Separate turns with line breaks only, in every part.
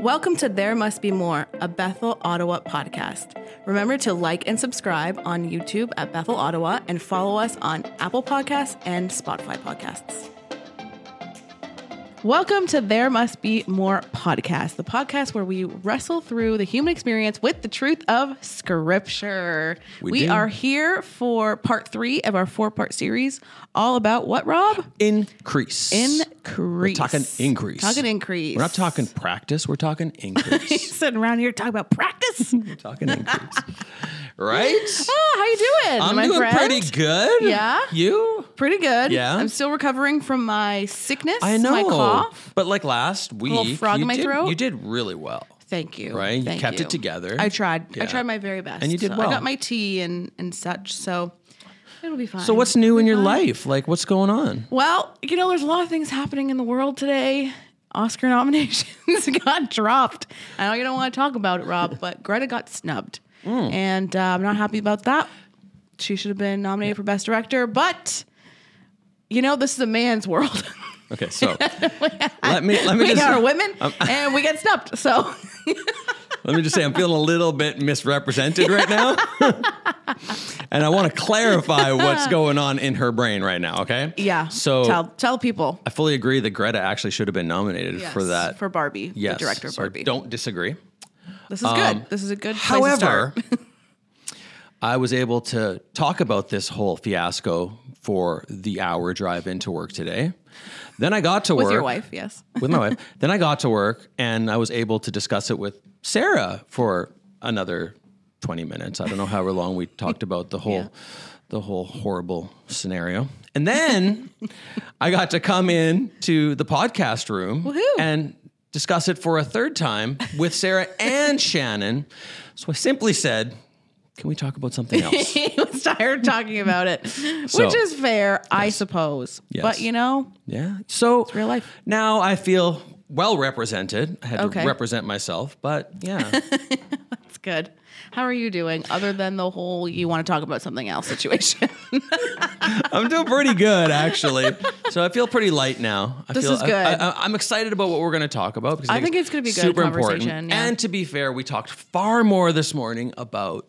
Welcome to There Must Be More, a Bethel, Ottawa podcast. Remember to like and subscribe on YouTube at Bethel, Ottawa, and follow us on Apple Podcasts and Spotify Podcasts. Welcome to There Must Be More podcast, the podcast where we wrestle through the human experience with the truth of Scripture.
We
we
do.
are here for part three of our four part series, all about what, Rob?
Increase.
Increase.
We're talking increase.
Talking increase.
We're not talking practice. We're talking increase.
sitting around here talking about practice.
we're talking increase. Right?
Ah, how you doing?
I'm
my
doing
friend?
pretty good.
Yeah?
You?
Pretty good.
Yeah?
I'm still recovering from my sickness.
I know.
My cough.
But like last week,
little frog
you,
in my
did,
throat.
you did really well.
Thank you.
Right? You
Thank
kept it together.
I tried. I
Yeah.
tried my very best.
And you did
So I
well.
got my tea and and such. So it'll be fine.
So what's new in your life? Like what's going on?
Well, you know, there's a lot of things happening in the world today. Oscar nominations got dropped. I know you don't want to talk about it, Rob, but Greta got snubbed.
Hmm.
And uh, I'm not happy about that. She should have been nominated for Best Director, but you know, this is a man's world.
Okay, so let me let me
we
just
are women
Um,
and we get snubbed. So
Let me just say, I'm feeling a little bit misrepresented right now. and I want to clarify what's going on in her brain right now, okay?
yeah.
So
tell tell people
I fully agree that Greta actually should have been nominated
yes,
for that.
for Barbie,
Yes.
the director of
So
Barbie.
Don't disagree.
this is good. This is a good. Place to
However,
start.
I was able to talk about this whole fiasco for the hour drive into work today. Then I got to work
with your wife, yes.
with my wife. Then I got to work and I was able to discuss it with Sarah for another 20 minutes. I don't know however long we talked about the whole the whole horrible scenario. And then I got to come in to the podcast room and discuss it for a third time with Sarah and Shannon. So I simply said, "Can we talk about something else?"
he was tired talking about it,
So-
which is fair, I suppose.
Yes.
But you know,
yeah. So
real life.
Now I feel well represented. I had
Okay.
to represent myself, but yeah.
it's good. How are you doing? Other than the whole you want to talk about something else situation.
I'm doing pretty good actually. So I feel pretty light now. I
This
feel,
is good.
I, am excited about what we're going to talk about because I,
think it's gonna be a good
super
conversation,
important.
yeah.
And to be fair, we talked far more this morning about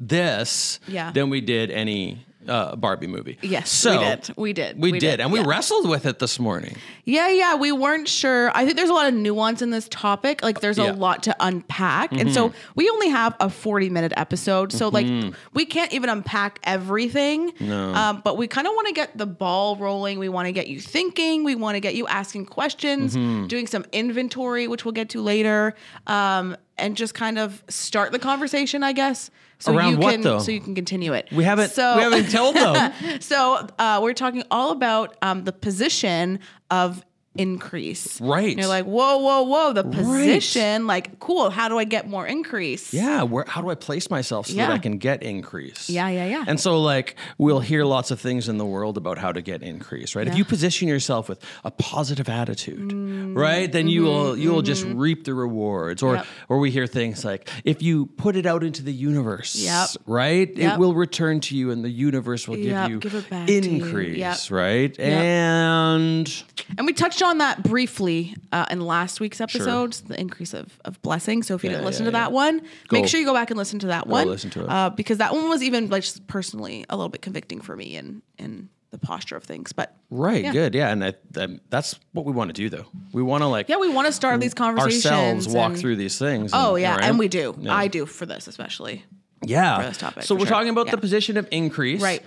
this
Yeah.
than we did any uh, Barbie movie.
yes,
so
we did. We did.
We, did, and we
yeah.
wrestled with it this morning.
yeah, yeah. We weren't sure. I think there's a lot of nuance in this topic. Like, there's
Yeah. Mm-hmm.
a lot to unpack, and so we only have a 40 minute episode. So like, we can't even unpack everything. No. Um, but we kind of want to get the ball rolling. We want to get you thinking. We want to get you asking questions,
Mm-hmm.
doing some inventory, which we'll get to later, um, and just kind of start the conversation, I guess. So
Around
you
what,
can,
though?
So you can continue it.
We haven't.
So
we haven't told them.
so uh, we're talking all about um, the position of increase.
Right.
And you're like, whoa, whoa, whoa, the position. Like, cool. How do I get more increase?
Yeah, where how do I place myself so
Yeah.
that I can get increase?
Yeah, yeah, yeah.
And so like we'll hear lots of things in the world about how to get increase, right? If you position yourself with a positive attitude, right? Then you will you will just reap the rewards. Or
Mm-hmm. Yep.
or we hear things like if you put it out into the universe,
Yep.
right?
Yep.
It will return to you and the universe will
Yep,
give you
give it back to you.
increase,
Yep.
right? And
And we touched on that briefly uh, in last week's episodes, the increase of, of blessing. So if you didn't
yeah,
listen to
yeah.
that one, make
Go-
sure you go back and listen to that one.
listen to it.
Uh, because that one was even like just personally a little bit convicting for me in, in the posture of things. But
right, good. Yeah, and I, I, that's what we want to do though. We want to like
yeah, we want to start these conversations.
ourselves walk
and-
through these things.
Oh, yeah.
right?
And we do. I do for this, especially.
yeah
this topic, for
so we're
sure.
talking about
Yeah.
the position of increase
Right.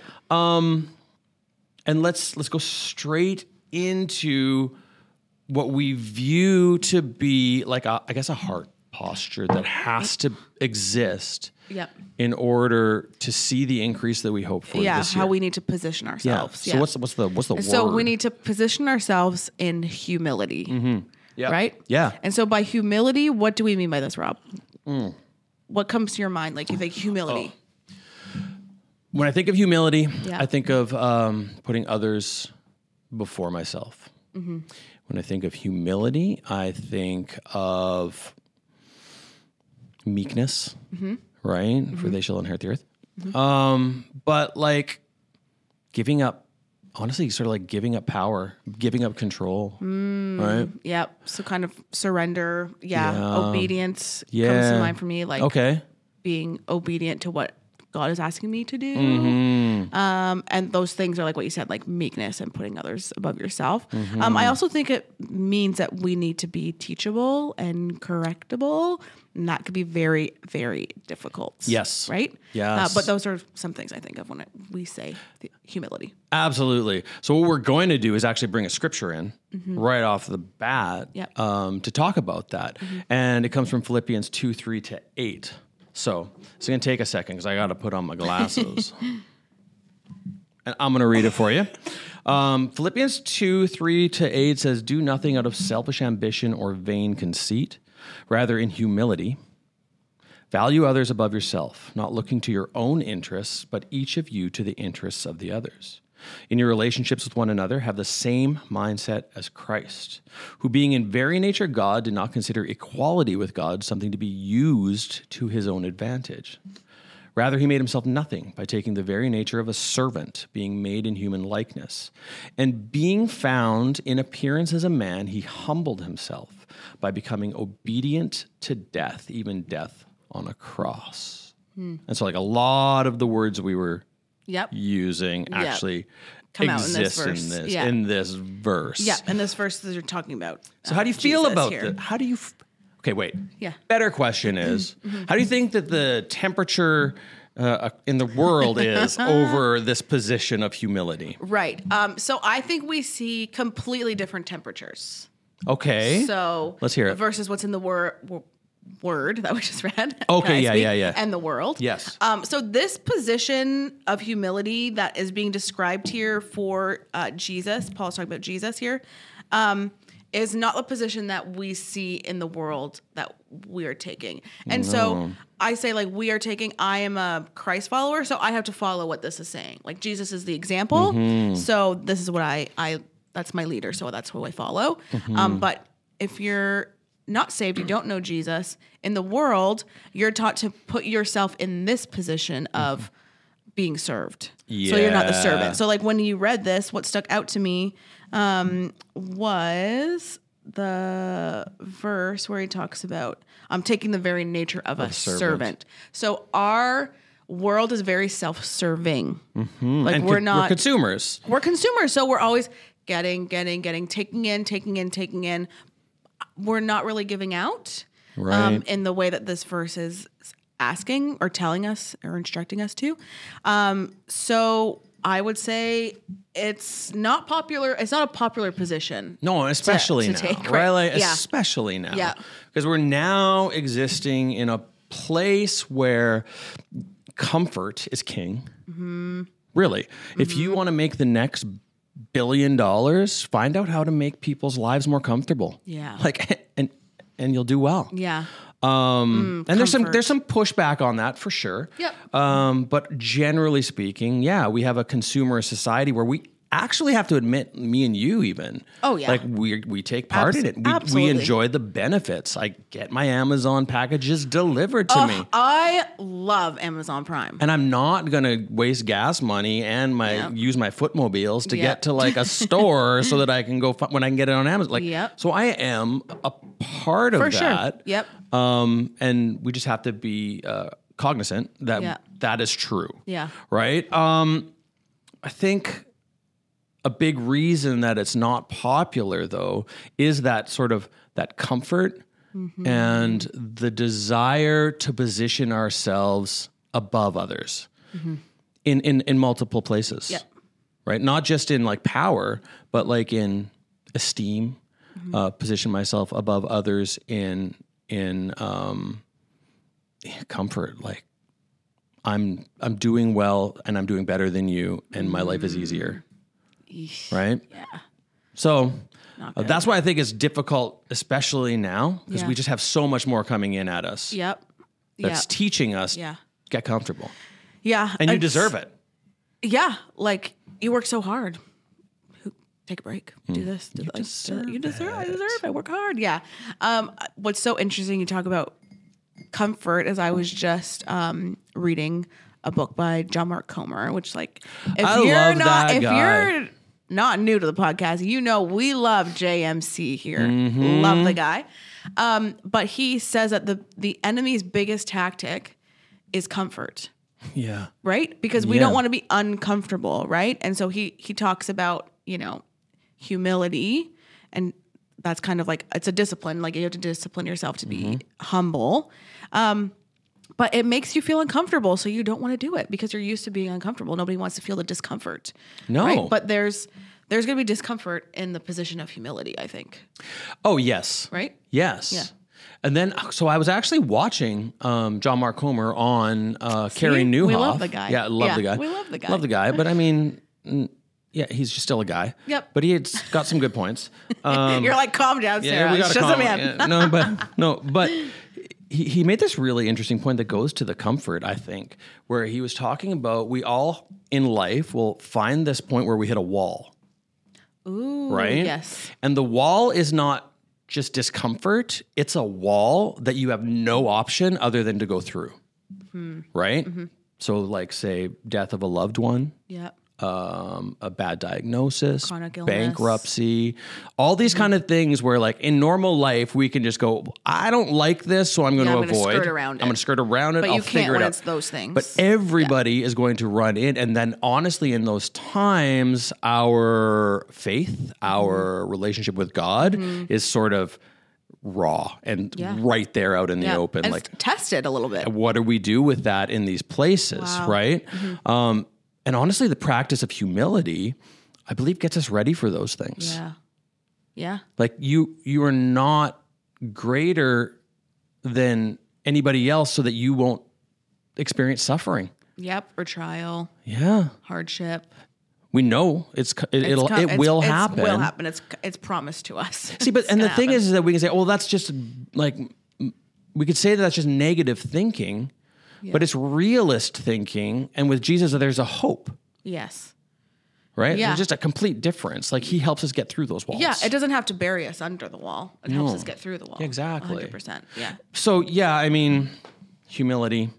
and let's let's go straight into what we view to be like a, i guess a heart posture that has to exist
Yep.
in order to see the increase that we hope for
yeah,
this
how
year
we need to position ourselves.
so what's the, what's the what's the
So
word? Mm-hmm.
we need to position ourselves in humility,
Yeah.
right?
yeah
And so by humility, what do we mean by this, Rob?
Mm.
What comes to your mind? Like you think humility.
Oh. When I think of humility,
Yeah.
I think of um, putting others before myself.
Mm-hmm.
When I think of humility, I think of meekness,
Mm-hmm.
right? For they shall inherit the earth. Um, but like giving up honestly sort of like giving up power, giving up control,
Mm.
right?
Yep. So kind of surrender. Yeah.
Yeah.
Obedience
Yeah.
comes to mind for me. Like
Okay.
being obedient to what God is asking me to do.
Mm-hmm.
Um, and those things are like what you said, like meekness and putting others above yourself.
Mm-hmm.
Um, I also think it means that we need to be teachable and correctable. And that could be very, very difficult.
Yes.
Right? Uh,
Yes.
but those are some things I think of when I, we say the humility.
Absolutely. So what we're going to do is actually bring a scripture in right off the bat
Yep.
um, to talk about that, and it comes from Philippians two three to eight. So it's going to take a second because I got to put on my glasses, and I'm going to read it for you. Um, Philippians two three to eight says, "Do nothing out of selfish ambition or vain conceit, rather in humility." Value others above yourself, not looking to your own interests, but each of you to the interests of the others. In your relationships with one another, have the same mindset as Christ, who, being in very nature God, did not consider equality with God something to be used to his own advantage. Rather, he made himself nothing by taking the very nature of a servant, being made in human likeness. And being found in appearance as a man, he humbled himself by becoming obedient to death, even death on a cross.
Hmm.
And so, like a lot of the words we were
Yep.
using actually
Come out in this
exist in this,
verse.
in this,
Yeah.
verse.
Yeah. And this verse that you're talking about. uh,
So, how do you feel about this? How do you? F- okay, wait.
Yeah.
Better question is, how do you think that the temperature uh, in the world is over this position of humility?
Right. Um, so I think we see completely different temperatures.
Okay.
So
Let's hear it.
Versus what's in the word word that we just read.
Okay,
Can I
yeah, yeah, yeah.
And the world.
Yes.
Um. So this position of humility that is being described here for uh, Jesus, Paul's talking about Jesus here, um, is not a position that we see in the world that we are taking. And so I say like we are taking. I am a Christ follower, so I have to follow what this is saying. Like Jesus is the example, so this is what I I that's my leader, so that's who I follow. Um, but if you're not saved, you don't know Jesus in the world, you're taught to put yourself in this position of being served. So you're not the
Yeah.
servant. So like when you read this, what stuck out to me um, was the verse where he talks about um, taking the very nature of a
servant.
servant. So our world is very self-serving. Like
And
we're
con-
not
consumers.
we're consumers, so we're always getting, getting, getting, taking in, taking in, taking in. We're not really giving out um,
Right.
in the way that this verse is asking or telling us or instructing us to. Um, so I would say it's not popular. It's not a popular position.
No, especially
to
now,
take,
right?
right.
Like,
Yeah.
Especially now,
Yeah.
because we're now existing in a place where comfort is king.
Mm-hmm.
Really, if you want to make the next billion dollars, find out how to make people's lives more comfortable.
Yeah.
like and and you'll do well.
Yeah.
Um, and there's some
Mm, comfort.
there's some pushback on that for sure.
Yep.
Um, but generally speaking, yeah, we have a consumer society where we actually have to admit, me and you even.
Oh, yeah.
Like we we take part
Abs-
in it. We, we
absolutely.
enjoy the benefits. I get my Amazon packages delivered to me.
I love Amazon Prime.
And I'm not gonna waste gas money and my
Yep.
use my footmobiles to
Yep.
get to like a store so that I can go fi- when I can get it on Amazon. Like,
Yep.
so I am a part of
For sure.
that.
Yep.
Um, and we just have to be uh, cognizant that
Yeah.
that is true.
Yeah.
Right. Um, I think a big reason that it's not popular though is that sort of that comfort and the desire to position ourselves above others in, in in multiple places.
Yep.
Right. Not just in like power, but like in esteem. Uh, position myself above others in in um, comfort, like I'm I'm doing well and I'm doing better than you and my life is easier. Right? Yeah. So uh, that's why I think it's difficult especially now because
Yeah.
we just have so much more coming in at us
Yep.
that's
Yep.
teaching us
Yeah.
get comfortable.
Yeah.
And you deserve it.
Yeah, like you work so hard. Who- Take a break. Do
Hmm.
this. Do you this. Deserve you deserve. I deserve. it. I work hard. Yeah. Um, what's so interesting? You talk about comfort. Is I was just um, reading a book by John Mark Comer, which like if
I
you're
love
not
that
if
guy.
you're not new to the podcast, you know we love JMC here.
Mm-hmm.
Love the guy. Um, but he says that the the enemy's biggest tactic is comfort
Yeah.
right because we
Yeah.
don't want to be uncomfortable right and so he he talks about you know humility and that's kind of like it's a discipline like you have to discipline yourself to be
Mm-hmm.
humble um but it makes you feel uncomfortable so you don't want to do it because you're used to being uncomfortable nobody wants to feel the discomfort
No.
right? but there's there's going to be discomfort in the position of humility i think
Oh yes.
right
Yes.
Yeah.
And then, uh, so I was actually watching um, John Mark Comer on uh, Carrie Newhoff.
We love the guy.
Yeah, I love
Yeah,
the guy.
we love the guy.
Love the guy. But I mean, mm, yeah, he's just still a guy.
Yep.
But he had s- got some good points. Um,
you're like calm down
yeah,
sarah
we
it's
gotta
just a
calm-
man
yeah, no, but no, but he, he made this really interesting point that goes to the comfort, I think, where he was talking about we all in life will find this point where we hit a wall
Ooh,
right?
Mm, yes
And the wall is not just discomfort, it's a wall that you have no option other than to go through,
Hmm.
right?
Mm-hmm.
So, like, say, death of a loved one.
yeah
Um, a bad diagnosis,
Chronic illness. Mm-hmm.
bankruptcy, all these kind of things where, like in normal life, we can just go, I don't like this, so I'm going
Yeah,
to
I'm gonna
avoid.
skirt around it.
I'm going to skirt around it.
but
I'll
you can't
figure
when
it out.
it's those things
But everybody is going to run in. And then, honestly, in those times, our
Mm-hmm.
faith, our relationship with God is sort of raw and
Yeah.
right there out in the
Yeah.
open.
And
like,
it's tested a little bit.
what do we do with that in these places, right?
Mm-hmm.
Um, and honestly, the practice of humility, I believe, gets us ready for those things.
Yeah. Yeah.
Like you you are not greater than anybody else so that you won't experience suffering.
Yep. Or trial,
Yeah.
hardship.
We know it's, co- it, it'll
com-
it will
it's,
happen.
It will happen. It's it's promised to us.
See, but
It's
and the
gonna
thing
happen.
is, is that we can say, "Well, that's just like m- we could say that that's just negative thinking," but it's realist thinking. And with Jesus, there's a hope,
yes.
right?
Yeah.
There's just a complete difference. Like He helps us get through those walls.
Yeah, it doesn't have to bury us under the wall. It helps us get through the wall.
Exactly.
100%. Yeah.
so yeah, I mean, humility.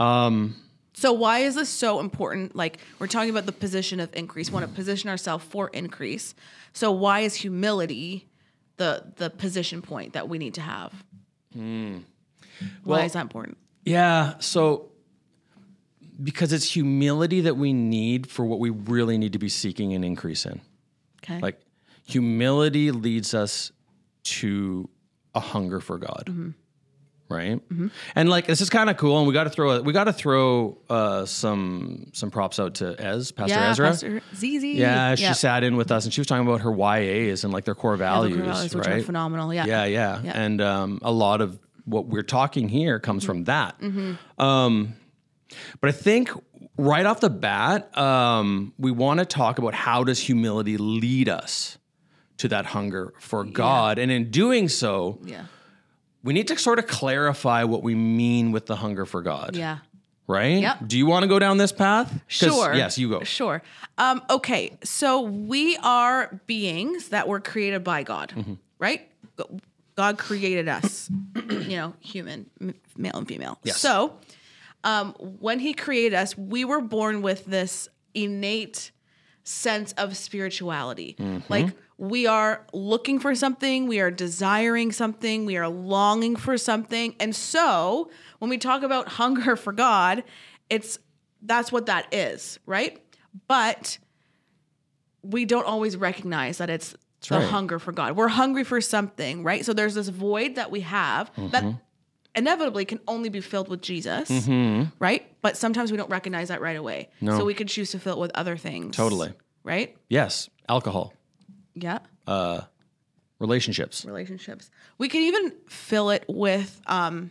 So why is this so important? Like we're talking about the position of increase. want to position ourselves for increase. So why is humility the the position point that we need to have? why
Hmm. Well-
is that important?
Yeah. So because it's humility that we need for what we really need to be seeking an increase in.
Okay.
Like humility leads us to a hunger for God.
Mm-hmm.
Right? And like this is kind of cool and we got to throw we got to throw uh some some props out to Ez, Pastor
yeah,
Ezra.
Pastor Zizi.
Yeah, she
Yep.
sat in with us and she was talking about her YAs and like their core
Local
values,
Corvallis, which are
right?
phenomenal. Yeah.
Yeah, yeah.
Yeah.
And um, a lot of what we're talking here comes from
Mm-hmm.
that. Um, but I think right off the bat, um, we want to talk about how does humility lead us to that hunger for God, and in doing so,
Yeah.
we need to sort of clarify what we mean with the hunger for God,
Yeah.
right?
Yep.
Do you want to go down this path? 'Cause-
Sure.
Yes, you go.
Sure. Um, okay. So we are beings that were created by God,
Mm-hmm.
right? Go- God created us, you know, human, m- male and female.
Yes.
So um, when he created us, we were born with this innate sense of spirituality. Like we are looking for something, we are desiring something, we are longing for something. And so when we talk about hunger for God, it's that's what that is, right? But we don't always recognize that it's the
right.
hunger for God. We're hungry for something, right? So there's this void that we have that inevitably can only be filled with Jesus, right? But sometimes we don't recognize that right away. So we could choose to fill it with other things.
Totally.
Right?
Yes, alcohol,
Yeah.
relationships,
Relationships. We can even fill it with um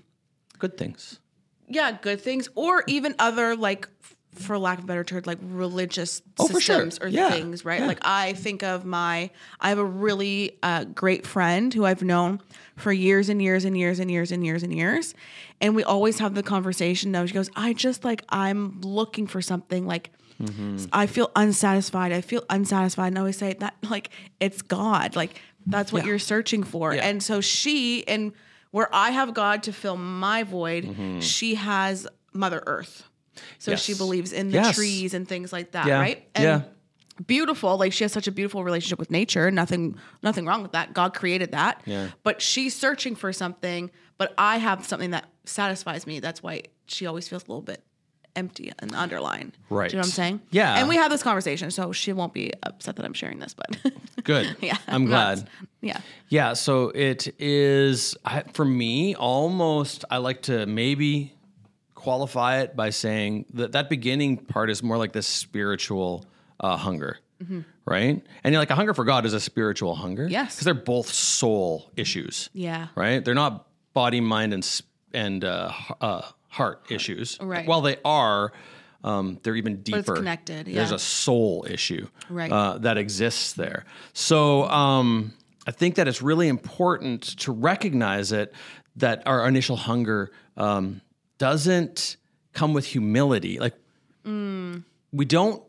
good things.
yeah, good things or even other like f- for lack of a better term, like religious
Oh, for sure.
systems or
Yeah.
things, right? Like I think of my, I have a really uh, great friend who I've known for years and years and years and years and years and years, and we always have the conversation. Now she goes, I just like I'm looking for something like.
Mm.
I feel unsatisfied. I feel unsatisfied. And I always say that, like, it's God. Like, that's what you're searching for. And so she, and where I have God to fill my void, she has Mother Earth. So she
Yes.
believes in the
Mm-hmm. Yes.
trees and things like that,
Yeah.
right? And
Yeah.
beautiful like she has such a beautiful relationship with nature nothing nothing wrong with that god created that
Yeah.
but she's searching for something but i have something that satisfies me that's why she always feels a little bit empty and underlined
Right.
do you know what i'm saying
Yeah.
and we had this conversation so she won't be upset that i'm sharing this but
Good.
yeah
I'm glad.
Not- yeah
Yeah, so it is I- for me almost. I like to maybe qualify it by saying that that beginning part is more like this spiritual uh, hunger, right? And you're like a hunger for God is a spiritual hunger,
Mm-hmm. Yes.
because they're both soul issues,
yeah
right? They're not body, mind, and s- and uh, h- uh, heart issues.
Right.
While they are, um, they're even deeper.
connected,
There's
yeah.
a soul issue
Right.
uh, that exists there. So um, I think that it's really important to recognize it that our initial hunger um, doesn't come with humility. Like
Mm.
we don't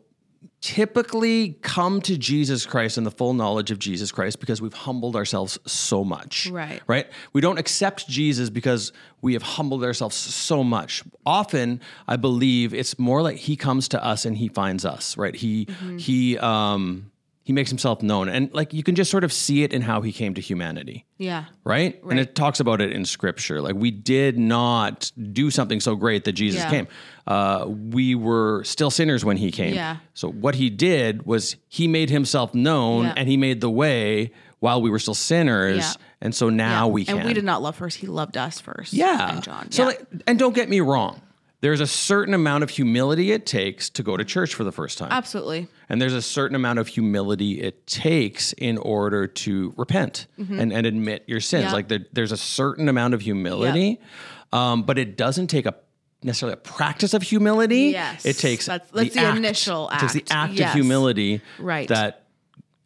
typically come to Jesus Christ in the full knowledge of Jesus Christ because we've humbled ourselves so much.
Right.
Right? We don't accept Jesus because we have humbled ourselves so much. Often, I believe it's more like he comes to us and he finds us, right? He he um he makes himself known and like you can just sort of see it in how he came to humanity
yeah
right? And it talks about it in scripture. Like we did not do something so great that Jesus
Yeah.
came. Uh, we were still sinners when he came.
Yeah.
So what he did was he made himself known
Yeah.
and he made the way while we were still sinners.
Yeah.
And so now we can.
and we did not love first he loved us first
Yeah.
and john
So
Yeah.
like, and don't get me wrong. There's a certain amount of humility it takes to go to church for the first time.
absolutely
And there's a certain amount of humility it takes in order to repent and, and admit your sins.
Mm-hmm. Yeah.
Like there, there's a certain amount of humility, um, but it doesn't take a necessarily a practice of humility.
Yes.
It takes
That's- that's the initial
It takes
act.
the act
Yes.
of humility
Right.
that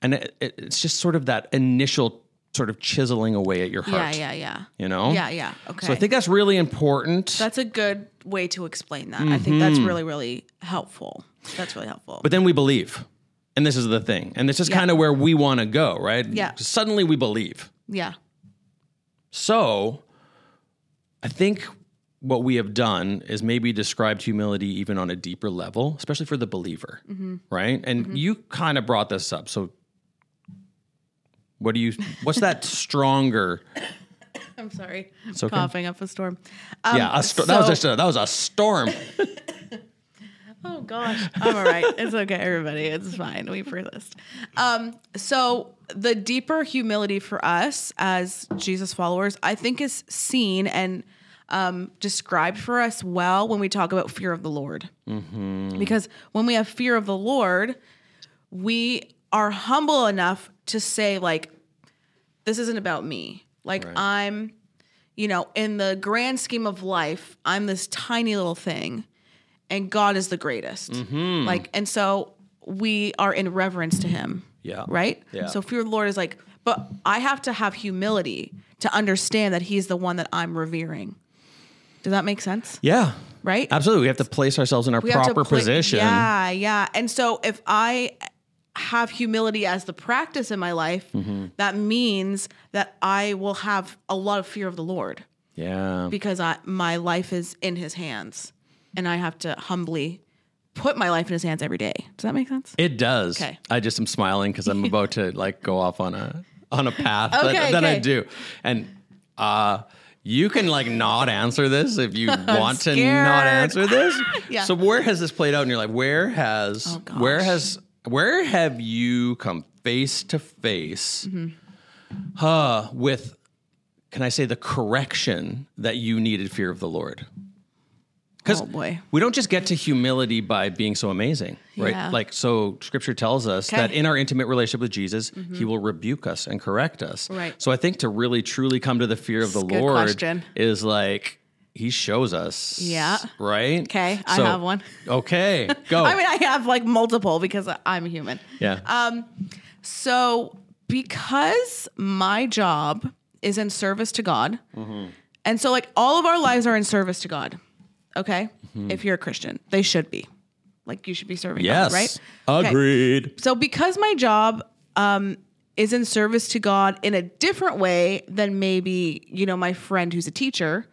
and it, it- it's just sort of that initial sort of chiseling away at your heart.
yeah yeah yeah
You know?
yeah yeah okay
So I think that's really important.
That's a good way to explain that. I think that's really, really helpful. That's really helpful.
Mm-hmm. But then we believe. And this is the thing. And this is
Yeah.
kind of where we want to go, right?
Yeah.
Suddenly we believe.
yeah.
So I think what we have done is maybe described humility even on a deeper level, especially for the believer,
Mm-hmm.
right? And you kind of brought this up. So what do you what's that stronger?
I'm sorry.
okay.
Coughing up a storm. Um,
yeah, a sto- that was
so-
just a, that was a storm.
Oh gosh. I'm all right. It's okay, everybody. It's fine. We persist. Um, so the deeper humility for us as Jesus followers, I think is seen and um, described for us well when we talk about fear of the Lord. Because when we have fear of the Lord, we are humble enough to say, like, this isn't about me. Like,
Right.
I'm, you know, in the grand scheme of life, I'm this tiny little thing, and God is the greatest.
Mm-hmm.
Like, and so we are in reverence to Him.
Yeah.
Right?
Yeah.
So fear of the Lord is like, but I have to have humility to understand that He's the one that I'm revering. Does that make sense?
Yeah.
Right?
Absolutely. We have to place ourselves in our
have to
proper
play-
position.
Yeah, yeah. And so if I have humility as the practice in my life,
Mm-hmm.
that means that I will have a lot of fear of the Lord
Yeah.
because I, my life is in His hands, and I have to humbly put my life in His hands every day. Does that make sense?
It does.
Okay.
I just am smiling because I'm about to like go off on a on a path that-
Okay,
that, I
okay.
do, and uh, you can like not answer this if you want to not
scared.
answer this.
Yeah. Oh,
So where has this played out in your life? Where has
gosh.
where has where have you come face to face
Mm-hmm.
uh, with? Can I say the correction that you needed fear of the Lord? Because
Oh, boy.
we don't just get to humility by being so amazing, right?
Yeah.
Like, so scripture tells us
Okay.
that in our intimate relationship with Jesus, he will rebuke us and correct us.
Right.
So I think to really truly come to the fear of the
It's a good
Lord
question.
is like, he shows us.
Yeah.
Right?
Okay, I have one.
Okay, go.
I mean, uh, I have like multiple because I- I'm human.
yeah.
So, because my job is in service to God,
Mm-hmm.
and so like all of our lives are in service to God, okay?
Mm-hmm.
If you're a Christian, they should be. Like you should be serving
yes.
God, right? Okay.
Agreed.
So, because my job um, is in service to God in a different way than maybe, you know, my friend who's a teacher,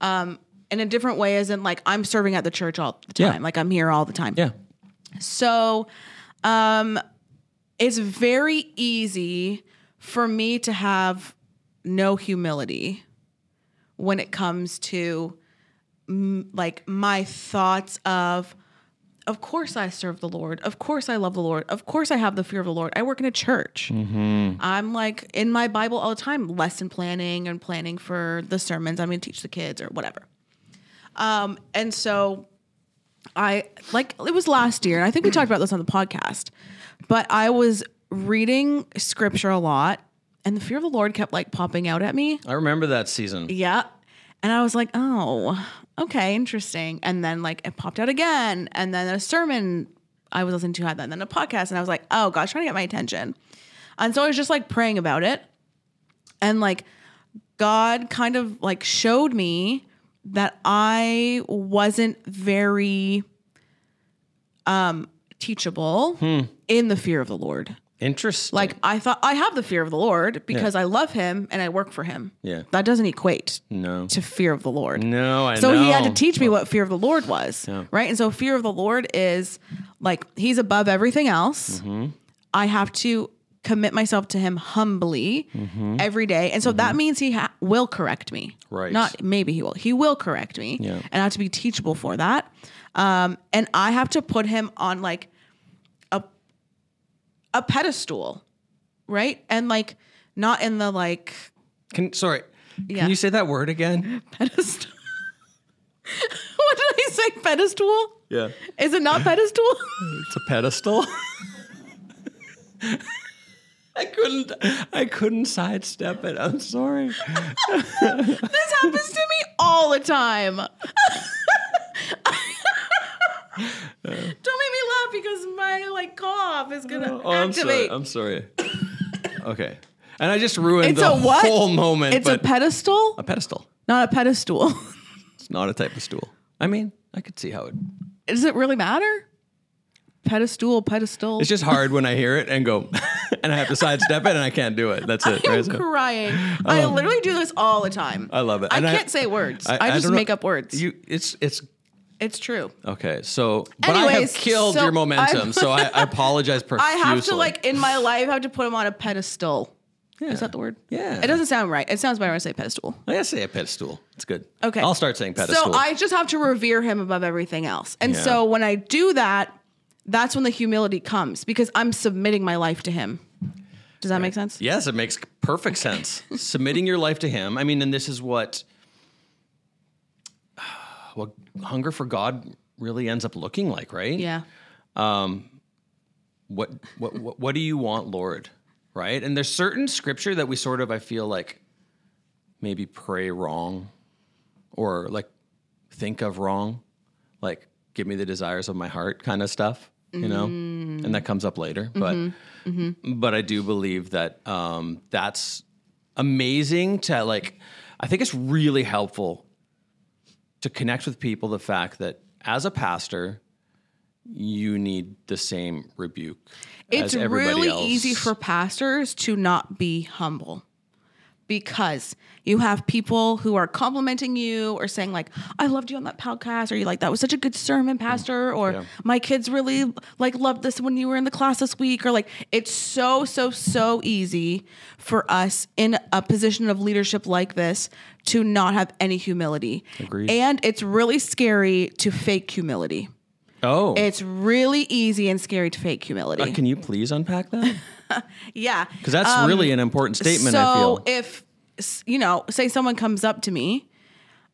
um, in a different way, as in like I'm serving at the church all the
Yeah.
time, like I'm here all the time.
Yeah.
So um, it's very easy for me to have no humility when it comes to mm, like my thoughts of of course i serve the lord of course i love the lord of course i have the fear of the lord i work in a church i'm like in my bible all the time lesson planning and planning for the sermons i'm going to teach the kids or whatever um, and so I like it was last year, and I think we talked about this on the podcast, but I was reading scripture a lot, and the fear of the Lord kept like popping out at me.
I remember that season.
Yeah. And I was like, oh, okay, interesting. And then like it popped out again, and then a sermon I was listening to had that, and then a podcast, and I was like, oh gosh, trying to get my attention. And so I was just like praying about it, and like God kind of like showed me that I wasn't very um teachable in the fear of the Lord.
Interesting.
Like I thought I have the fear of the Lord because I love him and I work for him.
Yeah.
That doesn't equate
no,
to fear of the Lord.
no, I
So
know.
he had to teach me what fear of the Lord was, right? And so fear of the Lord is like he's above everything else.
Mm-hmm.
I have to commit myself to him humbly every day. And so that means he ha- will correct me.
Mm-hmm. Right.
Not maybe he will. He will correct me.
Yeah.
And I have to be teachable for that. Um, and I have to put him on like a a pedestal, right? And like not in the like
Can, sorry,
Yeah.
can you say that word again?
pedestal. what did I say? Pedestal?
Yeah,
Is it not pedestal?
it's a pedestal. I couldn't. I couldn't sidestep it. I'm sorry.
this happens to me all the time. Don't make me laugh because my like cough is gonna
Oh, I'm sorry.
activate.
I'm sorry. Okay, and I just ruined
It's
the
a what?
whole moment.
it's a
but
pedestal,
a pedestal.
not a pedestal.
It's not a type of stool. I mean, I could see how it.
Does it really matter? Pedestal, pedestal.
It's just hard when I hear it and go, and I have to sidestep it, and I can't do it. That's it.
I'm
right? So-
crying. I literally do this all the time.
Oh. I love it.
I
And I-
can't say words. I,
don't
just
know-
make up words.
You, it's it's
it's true.
okay. So, but I have
Anyways,
killed
so
your momentum.
I'm-
so I, I apologize profusely.
I have to like in my life I have to put him on a pedestal.
Yeah.
Is that the word?
Yeah.
It doesn't sound right. It sounds better when I say pedestal.
I gotta say a pedestal. It's good.
Okay.
I'll start saying
So
pedestal.
I just have to revere him above everything else. And
Yeah.
so when I do that, that's when the humility comes because I'm submitting my life to him. Does that make sense?
yes, it makes perfect sense. Submitting your life to Him. I mean, and this is what what hunger for God really ends up looking like, right?
Yeah.
what what what, what do you want, Lord? Right? And there's certain scripture that we sort of I feel like maybe pray wrong or like think of wrong, like give me the desires of my heart kind of stuff, you know?
Mm.
And that comes up later,
Mm-hmm.
but but I do believe that um that's amazing to like I think it's really helpful to connect with people the fact that as a pastor you need the same rebuke
It's
as everybody
really
else.
easy for pastors to not be humble because you have people who are complimenting you or saying like I loved you on that podcast or you like that was such a good sermon
Mm.
pastor or my kids really like loved this when you were in the class this week or like it's so so so easy for us in a position of leadership like this to not have any humility.
Agreed.
And it's really scary to fake humility.
oh
It's really easy and scary to fake humility.
can you please unpack that
Yeah.
because that's really an important statement i
Um, so
feel
if s- you know, say someone comes up to me,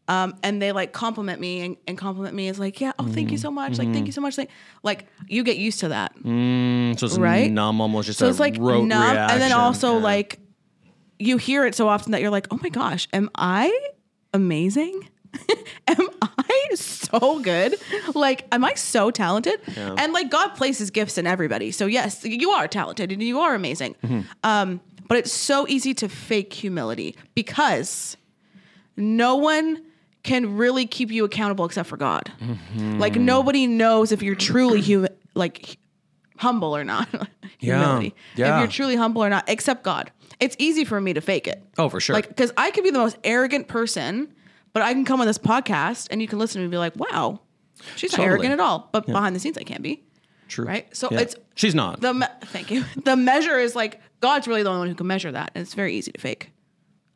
um, and they like compliment me and, and compliment me is like, yeah, oh, thank you so much, like, thank you so much, like, like you get used to that,
Mm, so it's
right?
numb almost just
so
a
it's like
rote
numb, and then
reaction.
also
Yeah.
like you hear it so often that you're like, oh my gosh, am I amazing? am I so good? Like, am I so talented? And like, God places gifts in everybody. So yes, you are talented and you are amazing. Um, but it's so easy to fake humility because no one can really keep you accountable except for God.
Mm-hmm.
Like nobody knows if you're truly human, like hu- humble or not. humility.
yeah.
If you're truly humble or not, except God. It's easy for me to fake it.
oh for sure
Like, because I could be the most arrogant person, but I can come on this podcast and you can listen to me and be like, wow, she's
Totally.
not arrogant at all. But behind the scenes, I can be.
True.
Right. So
Yeah.
it's
she's not.
the me- thank you. The measure is like God's really the only one who can measure that, and it's very easy to fake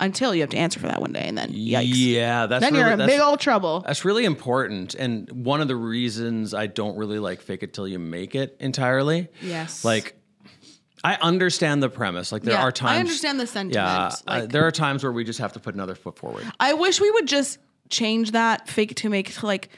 until you have to answer for that one day, and then yikes.
Yeah, that's
Then
really,
you're in
that's,
big old trouble.
That's really important. And one of the reasons I don't really like fake it till you make it entirely.
Yes.
Like, I understand the premise. Like, there
Yeah,
are times.
I understand the sentiment,
Yeah. uh,
like-
there are times where we just have to put another foot forward.
I wish we would just change that fake to make to like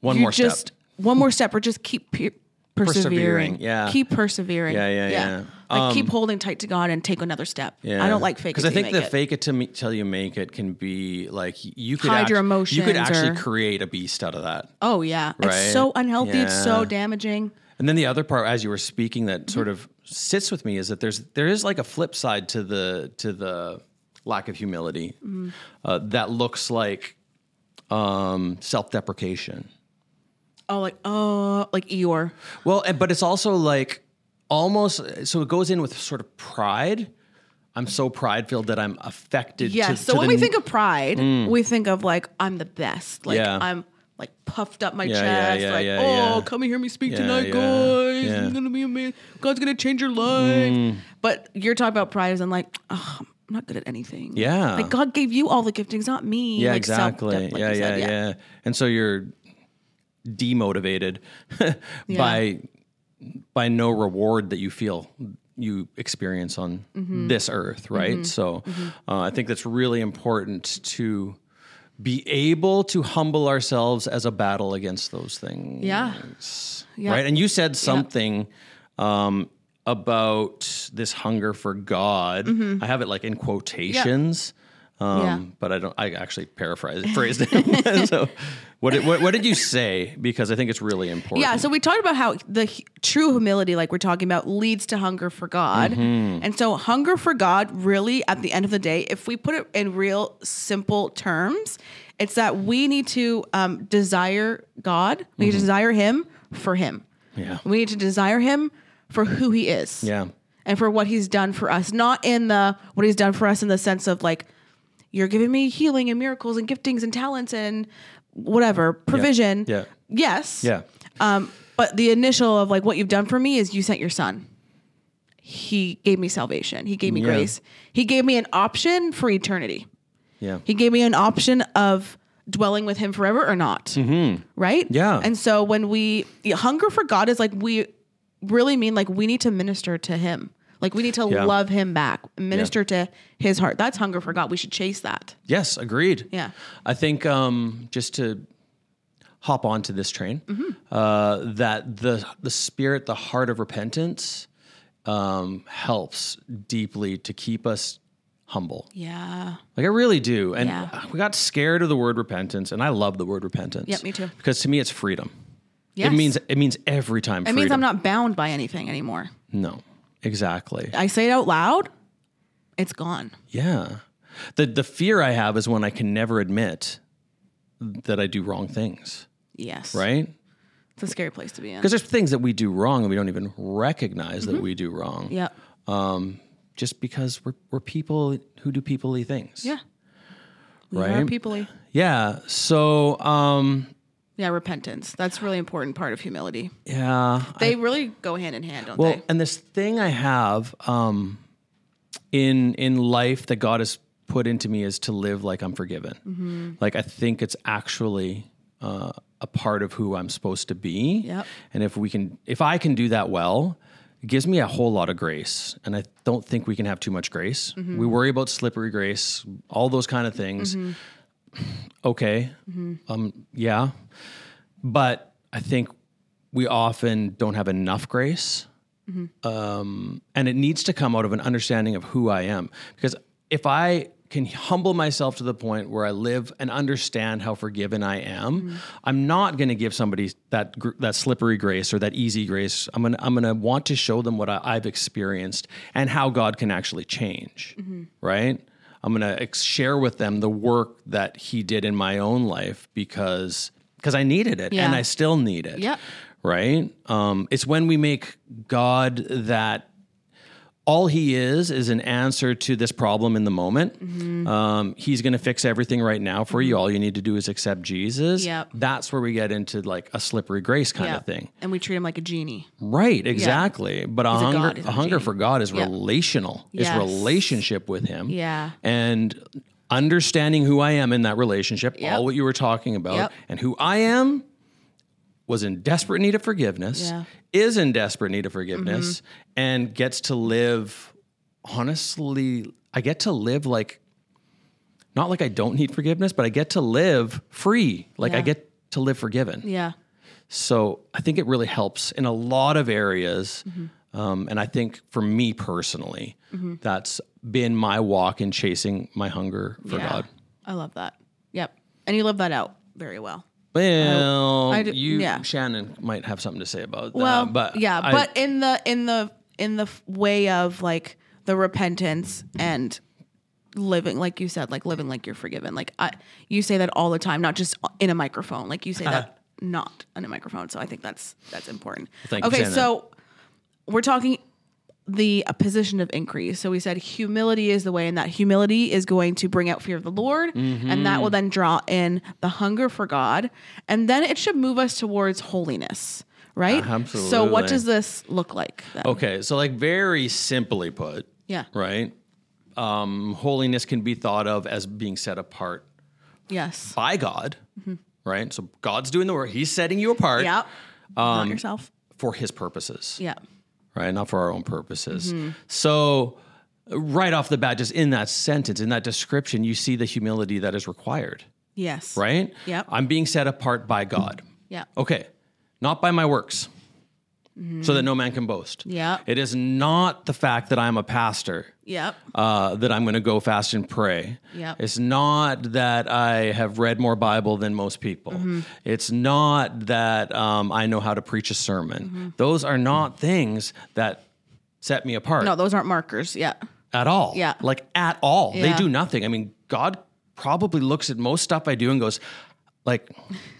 One
you
more
just
step.
one more step or just keep pe- persevering.
Persevering, yeah.
Keep persevering.
Yeah, yeah, yeah. Um,
Like keep holding tight to God and take another step.
Yeah.
I don't like fake
Because I think the
it.
fake it to me, till you make it can be like you could
Hide
act-
your
You could
emotions
actually
or-
create a beast out of that.
Oh yeah.
Right?
It's so unhealthy. It's
Yeah.
so damaging.
And then the other part, as you were speaking,
Mm-hmm.
that sort of sits with me is that there's there is like a flip side to the to the lack of humility
Mm-hmm.
uh, that looks like um, self deprecation.
Oh like oh like Eeyore.
Well, and, but it's also like almost so it goes in with sort of pride. I'm so pride filled that I'm affected.
Yeah.
To,
so
to
when
the Mm.
we think of pride, we think of like I'm the best. Like
Yeah.
I'm like puffed up my
Yeah, yeah,
chest.
yeah,
like
yeah,
oh,
yeah.
come and hear me speak
Yeah,
tonight,
yeah,
guys.
yeah. Mm.
I'm gonna be amazing. God's gonna change your life. But you're talking about pride as in like oh, I'm not good at anything.
Yeah.
Like God gave you all the giftings, not me.
yeah,
Like, self-
exactly.
like
yeah,
you
yeah,
said,
yeah, And so you're demotivated by by no reward that you feel you experience on
Mm-hmm.
this earth, right? So Uh, I think that's really important to be able to humble ourselves as a battle against those things.
Yeah. Yeah.
Right. And you said something um, about this hunger for God.
Mm-hmm.
I have it like in quotations. Um,
Yeah.
But I don't. I actually paraphrased phrased it. so, what did, what, what did you say? Because I think it's really important.
Yeah, so we talked about how the hu- true humility, like we're talking about, leads to hunger for God.
Mm-hmm.
And so, hunger for God, really, at the end of the day, if we put it in real simple terms, it's that we need to um, desire God, we need to desire Him for Him.
Mm-hmm. Yeah.
We need to desire Him for who He is
Yeah.
and for what he's done for us not in the what he's done for us in the sense of like you're giving me healing and miracles and giftings and talents and whatever provision
Yeah.
yes
Yeah.
um but the initial of like what you've done for me is you sent your son he gave me salvation he gave me
Yeah.
grace he gave me an option for eternity
Yeah.
he gave me an option of dwelling with him forever or not. Right?
Mm-hmm. Yeah.
And so when we yeah, hunger for God is like we really mean like we need to minister to him. Like we need to
Yeah.
love him back, minister to his heart. That's hunger for God. We should chase that.
Yes, agreed.
Yeah.
I think um, just to hop onto this train,
Mm-hmm.
uh, that the the spirit, the heart of repentance, um, helps deeply to keep us humble.
Yeah.
Like I really do, and
Yeah.
we got scared of the word repentance, and I love the word repentance.
Yep, me too.
Because to me, it's freedom.
Yes.
It means it means every time.
it means I'm not bound by anything anymore.
No, exactly.
I say it out loud, it's gone.
Yeah. The the fear I have is when I can never admit that I do wrong things.
Yes.
Right.
It's a scary place to be in.
because there's things that we do wrong and we don't even recognize that we do wrong
Yep.
just because we're, we're people who do peoply things
Yeah. We are
Right?
people.
yeah so um
Yeah, repentance. That's a really important part of humility.
yeah
They really go hand in hand, don't
well
they?
and this thing i have um in in life that god has put into me is to live like i'm forgiven like i think it's actually uh, a part of who i'm supposed to be
Yep.
and if we can if i can do that well it gives me a whole lot of grace and i don't think we can have too much grace we worry about slippery grace all those kind of things okay um yeah but i think we often don't have enough grace um, and it needs to come out of an understanding of who I am. Because if I can humble myself to the point where I live and understand how forgiven I am,
Mm-hmm.
I'm not going to give somebody that gr- that slippery grace or that easy grace. I'm gonna I'm gonna want to show them what I, I've experienced and how God can actually change,
Mm-hmm.
right? I'm gonna ex- share with them the work that He did in my own life because because I needed it
Yeah.
and I still need it
Yep.
right? Um, it's when we make God that all he is is an answer to this problem in the moment. Um, he's going to fix everything right now for you. All you need to do is accept Jesus.
Yep.
That's where we get into like a slippery grace kind of thing. Mm.
And we treat him like a genie.
Right, exactly. But a
a
hunger,
God, he's
a
not a
hunger
genie.
for God is
Yeah.
relational. Is
Yes.
relationship with Him.
Yeah.
and understanding who I am in that relationship,
Yep.
all what you were talking about,
Yep.
and who I am was in desperate need of forgiveness,
Yeah. Mm-hmm.
is in desperate need of forgiveness, and gets to live. Honestly, I get to live like not like I don't need forgiveness, but I get to live free. Like I
Yeah.
get to live forgiven.
Yeah.
So I think it really helps in a lot of areas.
Mm-hmm.
Um, and I think for me personally, that's been my walk in chasing my hunger for
yeah.
God.
I love that. Yep. And you live that out very well.
Well,
I d-
you,
yeah.
Shannon, might have something to say about
well
that. Um, But
yeah
I-
but in the in the in the f- way of like the repentance and living like you said like living like you're forgiven like i you say that all the time not just in a microphone like you say
Uh-huh.
that not in a microphone so i think that's that's important
Thank you,
okay
Shannon.
so we're talking the uh, position of increase. So we said humility is the way, and that humility is going to bring out fear of the Lord, and that
Mm-hmm.
will then draw in the hunger for God, and then it should move us towards holiness, right? So
Absolutely.
what does this look like? Then?
okay. So, like, very simply put,
Yeah.
right? Um, holiness can be thought of as being set apart
Yes.
by God,
Mm-hmm.
right? So, God's doing the work, He's setting you apart
Yep. Not
Um,
yourself.
for His purposes.
Yeah.
right? Not for our own purposes.
Mm-hmm.
So, right off the bat, just in that sentence, in that description, you see the humility that is required,
Yes.
right?
Yep.
I'm being set apart by God.
Yeah.
Okay, not by my works, so that no man can boast.
Mm-hmm. Yep.
It is not the fact that I'm a pastor
Yep.
uh, that I'm going to go fast and pray.
Yep.
It's not that I have read more Bible than most people.
Mm-hmm.
It's not that um, I know how to preach a sermon.
Mm-hmm.
Those are not things that set me apart
No, those aren't markers. Yeah.
at all.
Yeah.
Like at all. They
Yeah.
do nothing. I mean, God probably looks at most stuff I do and goes, like,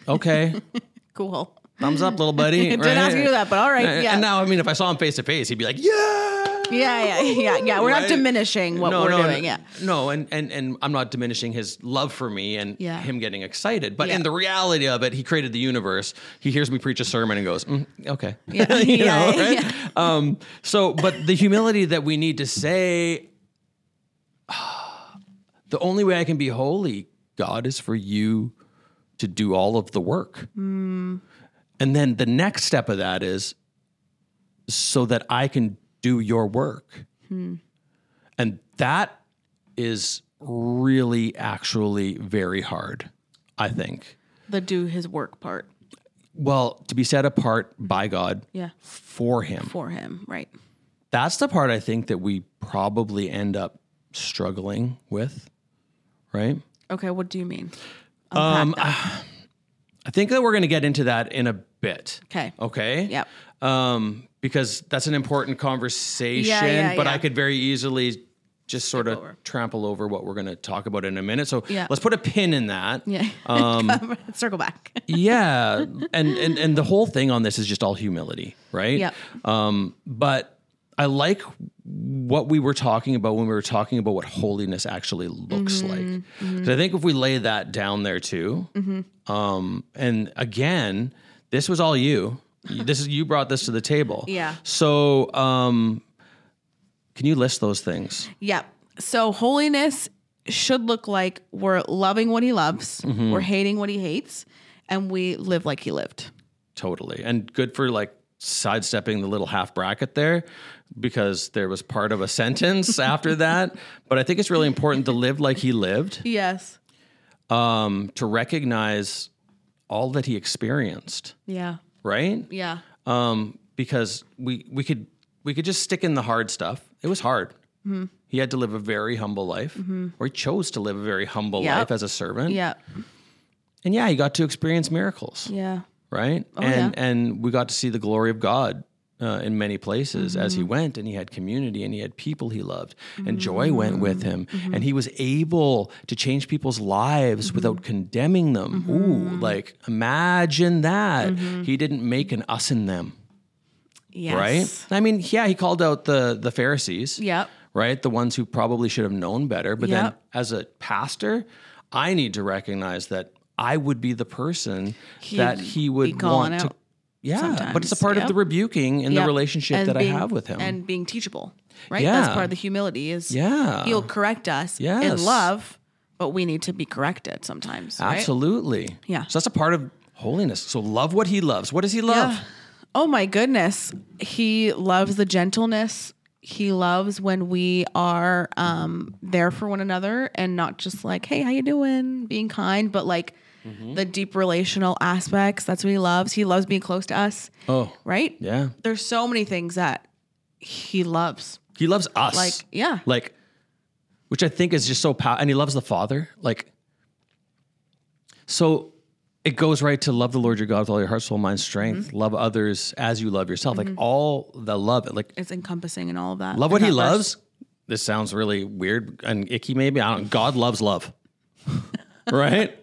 okay,
Cool.
thumbs up, little buddy.
Didn't ask you to do that, but all right,
And-
yeah.
And now, I mean, if I saw him face to face, he'd be like, yeah.
Yeah. Yeah. Yeah. Yeah. We're
Right?
not diminishing what we're doing. Yeah.
No, and, and and I'm not diminishing his love for me and
Yeah.
him getting excited. But in
Yeah.
the reality of it, he created the universe. He hears me preach a sermon and goes, "Mm, okay.
Yeah.
you know,
Yeah.
right? Um, so but the humility that we need to say the only way I can be holy, God, is for you to do all of the work. And then the next step of that is so that I can do your work. And that is really actually very hard, I think.
The do his work part
Well, to be set apart by God
Yeah.
for Him.
for him. Right.
That's the part I think that we probably end up struggling with, right?
Okay. What do you mean?
Um,
Unpack that.
I think that we're going to get into that in a bit.
Okay.
Okay.
Yep.
Um, because that's an important conversation,
Yeah, yeah,
but
yeah.
I could very easily just sort of
over.
trample over what we're going to talk about in a minute. So
Yeah.
let's put a pin in that.
Yeah.
Um,
Circle back.
yeah. And, and, and the whole thing on this is just all humility, right?
Yep.
Um, but I like what we were talking about when we were talking about what holiness actually looks
Mm-hmm.
like. 'Cause I think if we lay that down there too,
Mm-hmm.
um, and again, this was all you. This is you brought this to the table.
Yeah.
So, um, can you list those things?
Yep. So holiness should look like we're loving what he loves,
Mm-hmm.
we're hating what he hates, and we live like he lived.
Totally. And good for like sidestepping the little half bracket there because there was part of a sentence after that. But I think it's really important to live like he lived,
Yes.
um, to recognize all that he experienced,
Yeah.
right?
Yeah.
Um, because we we could we could just stick in the hard stuff. It was hard.
Mm-hmm.
He had to live a very humble life, or he chose to live a very humble
Yep.
life as a servant.
Yeah.
And yeah, he got to experience miracles
Oh, Yeah.
right? and and we got to see the glory of God uh, in many places as
Mm-hmm.
he went, and he had community, and he had people he loved, and joy went with him,
Mm-hmm.
and he was able to change people's lives without condemning them.
Mm-hmm.
Ooh, like imagine that he didn't make an us and them.
Yes.
right? I mean, yeah, he called out the the Pharisees.
Yep.
Right? The ones who probably should have known better, but then
Yep.
as a pastor, I need to recognize that I would be the person
He'd
that he
be
would
calling
want to
out
yeah, but it's a
sometimes.
part of
Yep.
the rebuking in the
Yep.
relationship
And
that
being-
I have with him.
and being teachable, right?
Yeah.
That's part of the humility. Is
Yeah.
he'll correct us
Yes.
in love, but we need to be corrected sometimes. right?
Absolutely.
Yeah.
So that's a part of holiness. So love what he loves. What does he love?
Yeah. Oh my goodness. He loves the gentleness. He loves when we are um, there for one another and not just like, hey, how you doing? Being kind, but like
Mm-hmm.
the deep relational aspects. That's what he loves. He loves being close to us,
Oh,
right?
yeah.
There's so many things that he loves.
He loves us.
Like, yeah.
like which i think is just so pow- and he loves the father like so it goes right to love the lord your god with all your heart soul mind strength
Mm-hmm.
love others as you love yourself like all the love like
It's encompassing Mm-hmm. and all of that.
love
in
what
that
he
verse.
loves this sounds really weird and icky maybe i don't god loves love right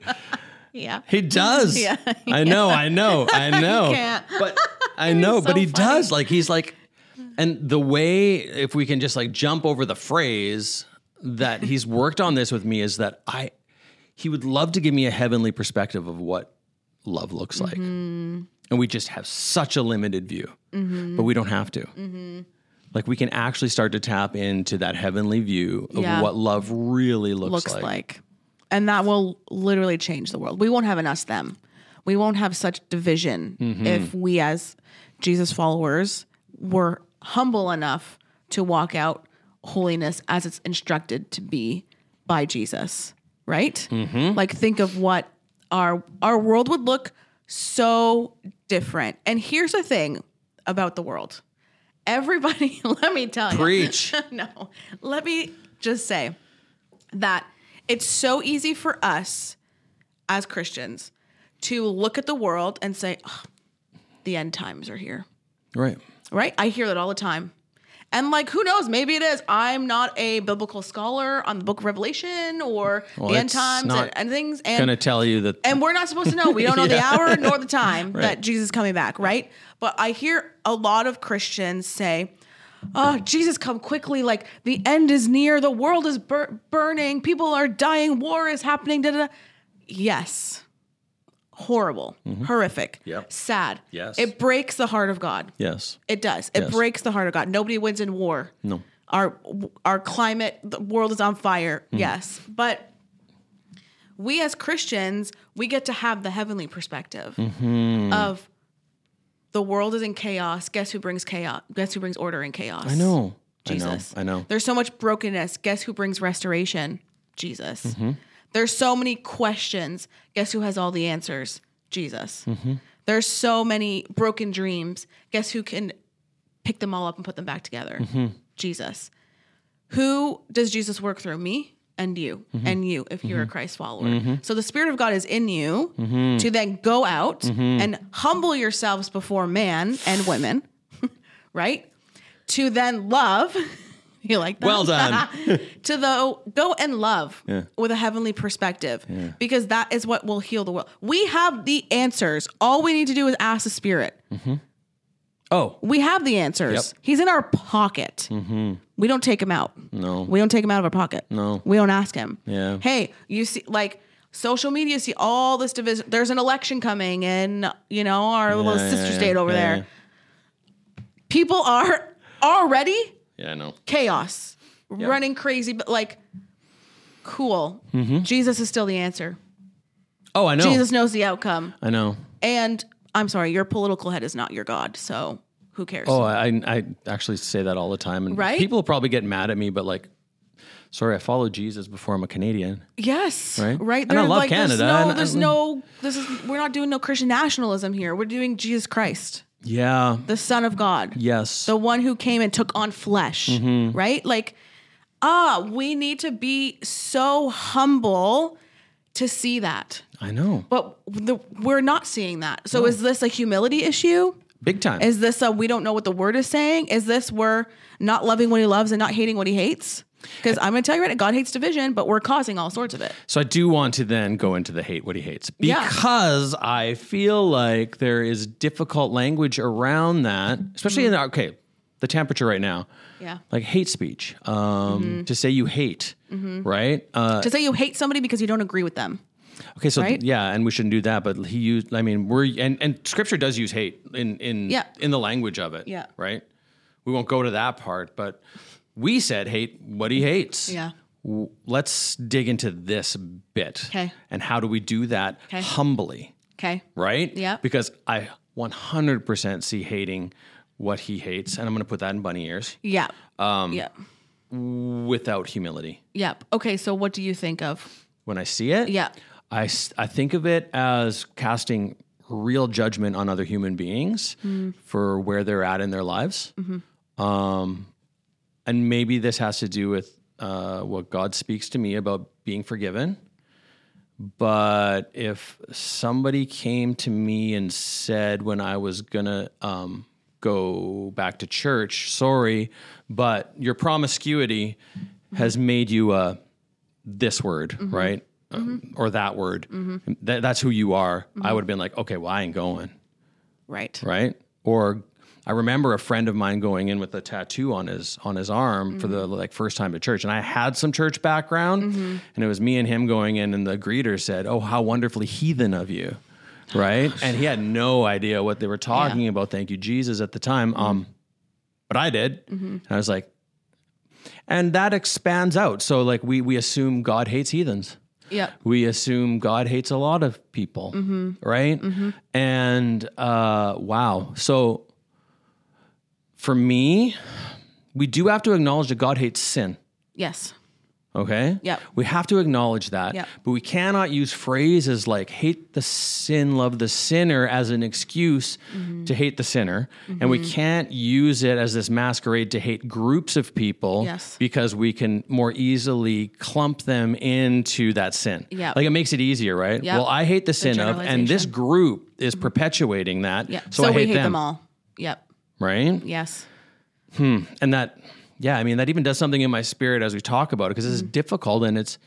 Yeah.
he does
Yeah.
i know i know i know
can't.
but i know but
so
he
funny.
does like he's like and the way if we can just like jump over the phrase that he's worked on this with me is that i he would love to give me a heavenly perspective of what love looks like
Mm-hmm.
and we just have such a limited view but we don't have to
Mm-hmm.
like we can actually start to tap into that heavenly view of
Yeah.
what love really looks,
looks like. And that will literally change the world. We won't have an us them. We won't have such division if we, as Jesus followers, were humble enough to walk out holiness as it's instructed to be by Jesus, right? Like, think of what our our world would look so different. And here's the thing about the world. Everybody, let me tell you.
preach
no, let me just say that it's so easy for us as Christians to look at the world and say, "Ugh, the end times are here,
right
right? I hear that all the time. And like, who knows? Maybe it is. I'm not a biblical scholar on the book of Revelation or
Well,
the end
it's
times
not
and, and things. And
gonna tell you that
and we're not supposed to know. We don't know the
Yeah.
hour nor the time
Right.
that Jesus is coming back, right? But I hear a lot of Christians say, "Oh, Jesus, come quickly! Like the end is near. The world is bur- burning. People are dying. War is happening." Da, da, da. Yes, horrible, horrific,
Mm-hmm. Yep.
sad.
Yes.
it breaks the heart of God.
yes
It does. It
Yes.
breaks the heart of God. Nobody wins in war.
No.
Our our climate, the world is on fire.
Hmm.
Yes, but we as Christians, we get to have the heavenly perspective
Mm-hmm.
of the world is in chaos. Guess who brings chaos? Guess who brings order in chaos?
I know.
Jesus.
I know. I know.
There's so much brokenness. Guess who brings restoration? Jesus.
Mm-hmm.
There's so many questions. Guess who has all the answers? Jesus.
Mm-hmm.
There's so many broken dreams. Guess who can pick them all up and put them back together?
Mm-hmm.
Jesus. Who does Jesus work through? Me and you and you if you're a Christ follower. So the spirit of God is in you to then go out and humble yourselves before man and women, right? To then love you like that?
Well done.
to the go and love with a heavenly perspective because that is what will heal the world. We have the answers. All we need to do is ask the Spirit.
Oh,
We have the answers.
Yep. Mm-hmm.
He's in our pocket. We don't take him out.
No.
We don't take him out of our pocket.
No.
We don't ask him.
Yeah.
Hey, you see, like, social media see all this division. There's an election coming in, you know, our little
yeah,
sister
yeah,
state over
yeah,
there. People are already
yeah, I know.
chaos, running crazy, but like, cool.
Mm-hmm.
Jesus is still the answer.
Oh, I know.
Jesus knows the outcome.
I know.
And I'm sorry, your political head is not your God. So who cares?
Oh, I, I I actually say that all the time, and
Right?
people probably get mad at me, but like, sorry, I followed Jesus before I'm a Canadian.
Yes.
Right?
Right.
And I
They're
love
like,
Canada,
There's no,
and-
there's
and-
no, this is, we're not doing no Christian nationalism here. We're doing Jesus Christ,
Yeah.
the Son of God.
Yes. Mm-hmm.
the one who came and took on flesh, right? Like, ah, we need to be so humble to see that.
I know.
But the, we're not seeing that. So is this a humility issue?
Big time.
Is this a we don't know what the word is saying? Is this we're not loving what he loves and not hating what he hates?
Eh.
Because I'm going to tell you right now, God hates division, but we're causing all sorts of it.
So I do want to then go into the hate what he hates
Yeah.
because I feel like there is difficult language around that, especially in okay, the temperature right now.
Yeah.
Like hate speech, um,
Mm-hmm.
to say you hate, right? Uh,
to say you hate somebody because you don't agree with them.
okay, so th-
right?
yeah, and we shouldn't do that. But he used, I mean, we're and and scripture does use hate in in
Yeah.
in the language of it,
Yeah.
right? We won't go to that part, but we said hate what he hates,
Yeah.
W- Let's dig into this bit.
'Kay.
And how do we do that
'Kay.
humbly,
Okay.
right?
Yeah.
Because I 100% see hating what he hates, and I'm going to put that in bunny ears
Yeah. Um, yeah.
without humility.
Yep. Okay. So what do you think of?
When I see it,
Yeah.
I, s- I think of it as casting real judgment on other human beings for where they're at in their lives. Um, and maybe this has to do with uh, what God speaks to me about being forgiven. But if somebody came to me and said when I was gonna um, go back to church, sorry, but your promiscuity has made you a this word, right? Um, or that word. Th- that's who you are. I would have been like, okay, well, I ain't going,
Right.
right? Or I remember a friend of mine going in with a tattoo on his on his arm for the like first time to church, and I had some church background, and it was me and him going in, and the greeter said, "Oh, how wonderfully heathen of you," right? and he had no idea what they were talking about. Thank you, Jesus, at the time. Um, but I did, and I was like, and that expands out. So like we we assume God hates heathens
Yep.
we assume God hates a lot of people, right? And uh, wow. So for me, we do have to acknowledge that God hates sin.
Yes.
Okay.
Yep.
We have to acknowledge that.
Yep.
But we cannot use phrases like hate the sin, love the sinner as an excuse
Mm-hmm.
to hate the sinner. And we can't use it as this masquerade to hate groups of people
Yes.
because we can more easily clump them into that sin.
Yep.
Like it makes it easier, right?
Yep.
Well, I hate the sin of, and this
generalization.
group is perpetuating that.
Yeah.
So, I hate
we hate
them.
them. all. Yep.
Right?
Yes.
and that yeah i mean that even does something in my spirit as we talk about it because
Mm-hmm.
it's difficult and it's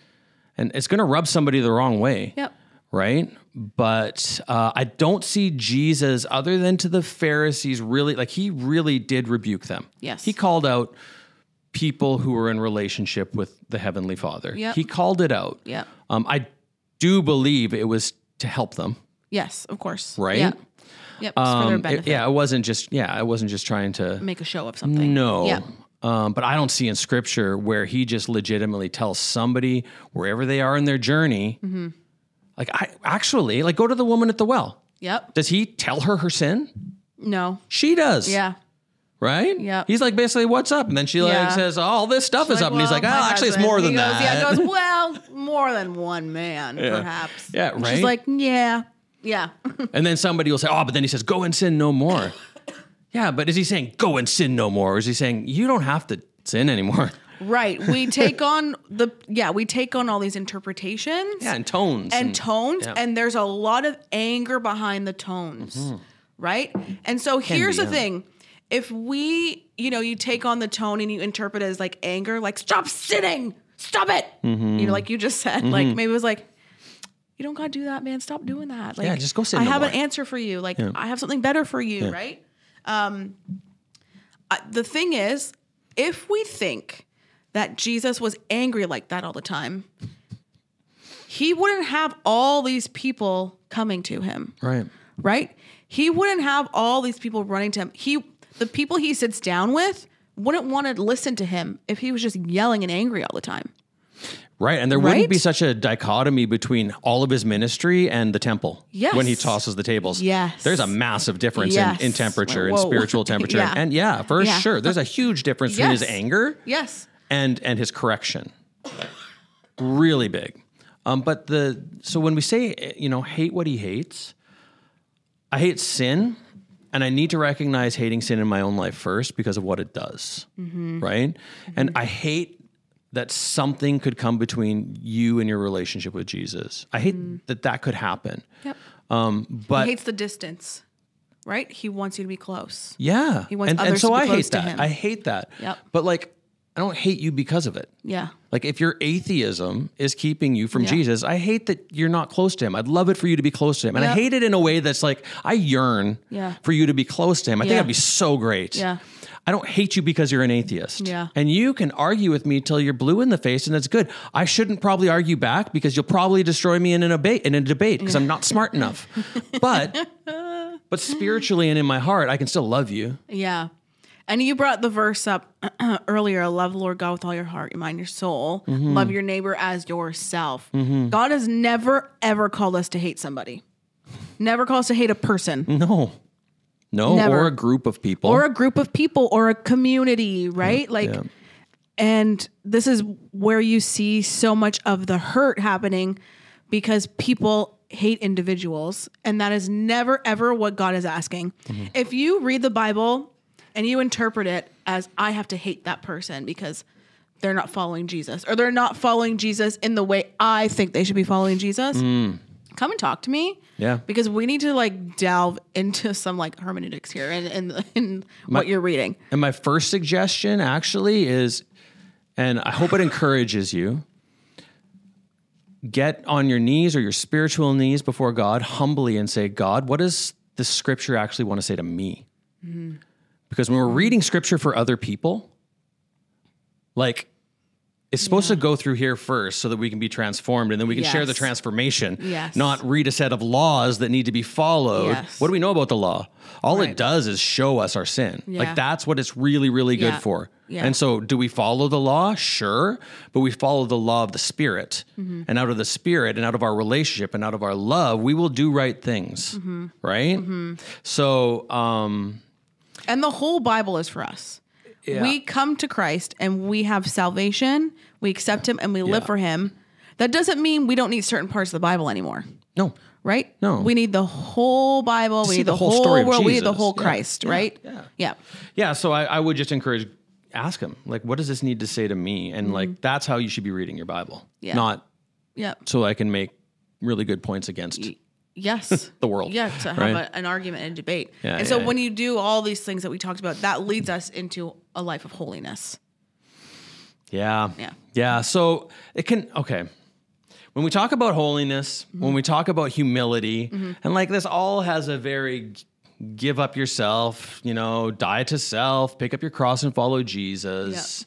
and it's going to rub somebody the wrong way
Yep.
right but uh, i don't see jesus other than to the pharisees really like he really did rebuke them
Yes.
he called out people who were in relationship with the heavenly father
Yep.
he called it out
Yep.
um, i do believe it was to help them
Yes. Of course.
Right?
Yep. Yep. It's for their
Um, it-
benefit. Mm-hmm.
yeah it wasn't just yeah it wasn't just trying to
Make a show of something.
no.
Yeah.
Um, but I don't see in scripture where he just legitimately tells somebody wherever they are in their journey,
Mm-hmm.
like I actually like go to the woman at the well.
Yep.
Does he tell her her sin?
No.
She does.
Yeah.
Right.
Yep.
He's like basically, what's up? And then she like
Yeah.
says, oh, all this stuff is up. and he's like,
"Well,
oh,
my
actually, it's
husband."
more
He
than
goes,
that.
Yeah, it goes, well, more than one man, perhaps.
Yeah,
And
right?
She's like, yeah, yeah.
and then somebody will say, oh, but then he says, go and sin no more. yeah, but is he saying go and sin no more, or is he saying you don't have to sin anymore?
right. We take on the, yeah, we take on all these interpretations
yeah, and tones
and tones,
yeah.
and there's a lot of anger behind the tones, right? And so here's
Mm-hmm. be,
the
yeah.
thing. If we, you know, you take on the tone and you interpret it as like anger, like stop sitting, stop it,
Mm-hmm.
you know, like you just said, like maybe it was like, you don't gotta do that, man. Stop doing that. Like,
Yeah, just go sit
I
no
have
more.
an answer for you. Like, I have something better for you, right? Um, I, the thing is, if we think that Jesus was angry like that all the time, he wouldn't have all these people coming to him,
right.
right? He wouldn't have all these people running to him. He, the people he sits down with, wouldn't want to listen to him if he was just yelling and angry all the time.
Right. And there wouldn't
Right?
be such a dichotomy between all of his ministry and the temple
Yes.
when he tosses the tables.
Yes.
There's a massive difference
Yes.
in, in temperature and
Whoa.
spiritual temperature.
Yeah.
And yeah, for
Yeah.
sure. There's a huge difference between his
Yes.
anger
Yes,
and and his correction. really big. Um, but the so when we say you know hate what he hates, I hate sin, and I need to recognize hating sin in my own life first because of what it does,
Mm-hmm.
right? And I hate that something could come between you and your relationship with Jesus. I hate that that could happen.
Yep.
Um, but
Mm. he hates the distance, right? He wants you to be close.
yeah.
wants
and, and
others
so
to be
I
close
hate
to
that.
him.
I hate that.
Yep.
But like I don't hate you because of it.
Yeah.
Like if your atheism is keeping you from
Yeah.
Jesus, I hate that you're not close to him. I'd love it for you to be close to him. And I
Yep.
hate it in a way that's like I yearn
Yeah.
for you to be close to him. I think
Yeah.
that'd be so great.
Yeah.
I don't hate you because you're an atheist.
Yeah.
And you can argue with me till you're blue in the face, and that's good. I shouldn't probably argue back because you'll probably destroy me in an debate in a debate because I'm not smart enough. But but spiritually and in my heart, I can still love you.
Yeah. And you brought the verse up earlier love the Lord God with all your heart, your mind, your soul. Love your neighbor as yourself. God has never, ever called us to hate somebody, never calls us to hate a person
No. No,
Never.
or a group of people.
or a group of people or a community, right? like,
yeah.
and this is where you see so much of the hurt happening because people hate individuals. And that is never, ever what God is asking.
Mm-hmm.
If you read the Bible and you interpret it as, I have to hate that person because they're not following Jesus or they're not following Jesus in the way I think they should be following Jesus. Come and talk to me.
Mm. Yeah.
Because we need to like delve into some like hermeneutics here and in, in, what you're reading.
And my first suggestion actually is, and I hope it encourages you, get on your knees or your spiritual knees before God humbly and say, God, what does the scripture actually want to say to me? Because when we're reading scripture for other people, like it's supposed to go through here first so that we can be transformed and then we can share the
Yes.
transformation,
Yes.
not read a set of laws that need to be followed.
Yes.
What do we know about the law? All it
Right.
does is show us our sin. Like
Yeah.
that's what it's really, really good
Yeah.
for.
Yeah.
And so, do we follow the law? Sure, but we follow the law of the Spirit.
Mm-hmm.
And out of the Spirit and out of our relationship and out of our love, we will do right things.
Mm-hmm.
Right? So, um,
And the whole Bible is for us. We come to Christ and we have salvation. We accept him and we live
Yeah.
for him. That doesn't mean we don't need certain parts of the Bible anymore,
no.
right?
No.
We need the whole Bible. we
see
need
the
the,
whole
whole,
story of
world. We need the
Jesus.
whole
Yeah.
Christ, right? Yeah. Yeah.
Yeah. So, I, I would just encourage, ask him, like, what does this need to say to me? And, like, that's how you should be reading your Bible,
Mm-hmm. Yeah.
not
Yep.
so I can make really good points against.
Yes.
The world,
Yeah, to have
right?
a, an argument and debate.
Yeah,
and so
yeah,
when you do all these things that we talked about, that leads us into a life of holiness.
Yeah.
Yeah.
Yeah. So it can, okay. When we talk about holiness, when we talk about humility, and like this all has a very g- give up yourself, you know, die to self, pick up your cross and follow Jesus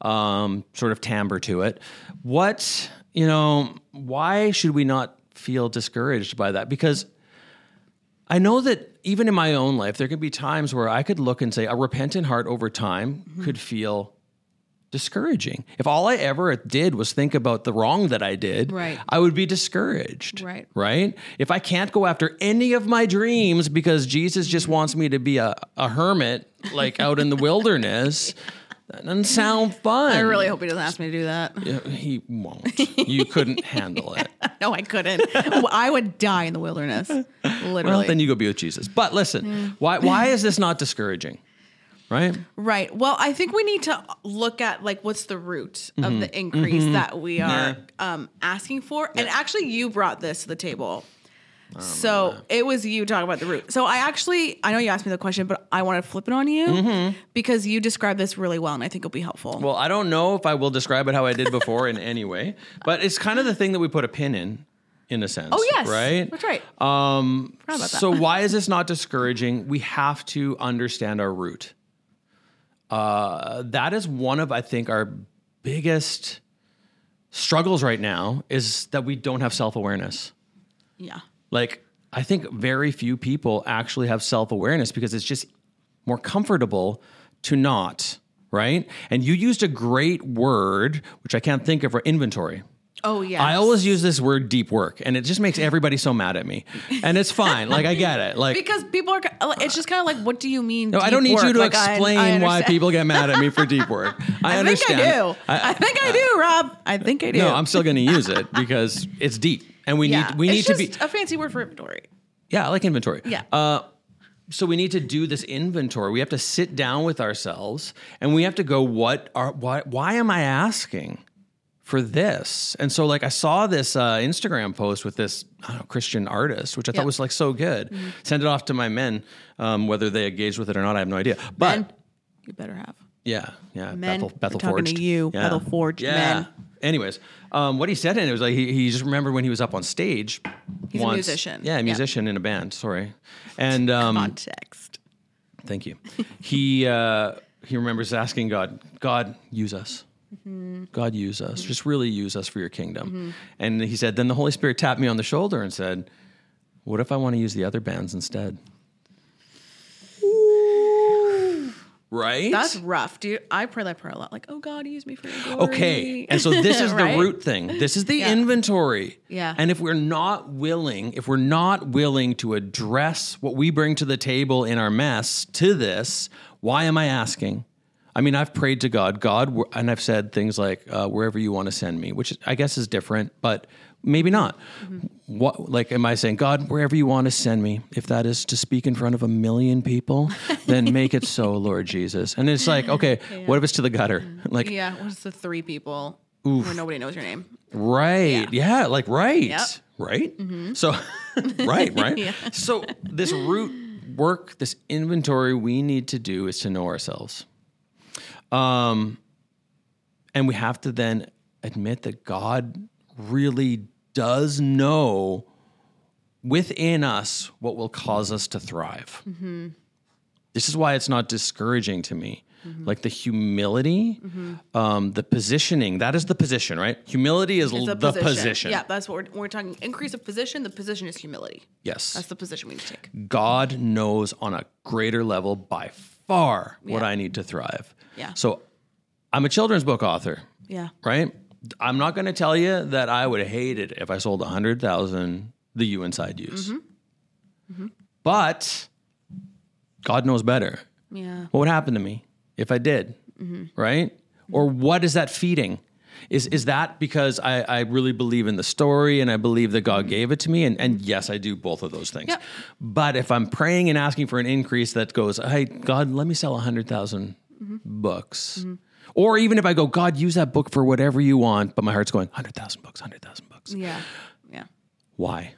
um, sort of timbre to it. What, you know, why should we not feel discouraged by that? Because I know that even in my own life, there can be times where I could look and say a repentant heart over time
Mm-hmm.
could feel discouraging. If all I ever did was think about the wrong that I did,
Right.
I would be discouraged.
Right.
Right. If I can't go after any of my dreams because Jesus just
Mm-hmm.
wants me to be a, a hermit, like out in the wilderness, that doesn't sound fun.
I really hope he doesn't ask me to do that.
He won't. You couldn't handle it.
No, I couldn't. I would die in the wilderness. Literally.
Well, then you go be with Jesus. But listen, why why is this not discouraging? Right?
Right. Well, I think we need to look at like what's the root of
Mm-hmm.
the increase that we are um, asking for. And actually, you brought this to the table. So it was you talking about the root. So I actually, I know you asked me the question, but I want to flip it on you because you described this really well, and I think it'll be helpful.
Mm-hmm. Well, I don't know if I will describe it how I did before in any way, but it's kind of the thing that we put a pin in, in a sense.
oh yes,
Right?
That's right.
Um,
Forgot about that.
so why is this not discouraging? We have to understand our root. Uh, that is one of I think our biggest struggles right now is that we don't have self awareness.
yeah.
Like I think very few people actually have self awareness because it's just more comfortable to not right. And you used a great word which I can't think of for inventory.
Oh yeah.
I always use this word deep work and it just makes everybody so mad at me. And it's fine. like I get it. Like
because people are. uh, It's just kind of like, what do you mean?
no, I don't
deep
need you
work?
to
Like, I-
explain
I
why
understand.
people get mad at me for deep work. I,
I think I
understand. uh,
do. I, think I do, Rob. I think I do.
no, I'm still going to use it because it's deep and we
Yeah.
need we
it's
need to
just
be
a fancy word for inventory.
Yeah, I like inventory.
Yeah.
Uh, so we need to do this inventory. We have to sit down with ourselves and we have to go, what are why why am I asking for this? And so like I saw this uh, Instagram post with this I don't know, Christian artist, which I
Yeah. Mm-hmm.
thought was like so good. Send it off to my men, um, whether they engaged with it or not, I have no idea. But
you better have.
Yeah, yeah.
Men,
Bethel, Bethel
we're talking
Forged.
to you,
yeah.
Bethel Forged
Yeah.
men.
Anyways, um, what he said in it was like he, he just remembered when he was up on stage.
He's a
once-
musician.
Yeah, a
Yeah.
musician in a band. Sorry, and um,
context.
thank you. He uh, he remembers asking God, God, use us.
Mm-hmm.
God, use us. Just really use us for your kingdom. And he said, then the Holy Spirit tapped me on the shoulder and said, What if I want to use the other bands instead? Right.
That's rough, dude. I pray that prayer a lot. Like, oh God, use me for your glory.
Okay. And so this is
Right?
the root thing. This is the
Yeah.
inventory.
Yeah.
And if we're not willing, if we're not willing to address what we bring to the table in our mess to this, why am I asking? I mean, I've prayed to God, God, wh- and I've said things like, uh, wherever you want to send me, which I guess is different, but maybe not.
Mm-hmm.
What, like, am I saying, God, wherever you want to send me, if that is to speak in front of a million people, then make it so, Lord Jesus. And it's like, okay, what if it's to the gutter? Like,
Yeah. What's the three people where nobody knows your name?
Right. Yeah. like right.
Yep.
Right. So, right. Right. So this root work, this inventory we need to do is to know ourselves, um, and we have to then admit that God really does know within us what will cause us to thrive.
Mm-hmm.
This is why it's not discouraging to me.
Mm-hmm.
Like the humility, um, the positioning. That is the position, right? Humility is
It's
the
a
position.
Yeah, that's what we're, we're talking. Increase of position. The position is humility.
Yes.
That's the position we need to take.
God knows on a greater level by far what
Yeah.
I need to thrive.
Yeah.
So I'm a children's book author,
Yeah.
right? I'm not going to tell you that I would hate it if I sold 100,000 the you inside use. But God knows better.
Yeah.
What would happen to me if I did?
Mm-hmm.
Right? Or what is that feeding? Is is that because I, I really believe in the story and I believe that
Mm-hmm.
God gave it to me? And and yes, I do both of those things.
Yep.
But if I'm praying and asking for an increase that goes, hey, God, let me sell 100,000
Mm-hmm.
books. Or even if I go, God, use that book for whatever you want, but my heart's going, 100,000 books, 100,000 books.
Yeah. Yeah.
Why?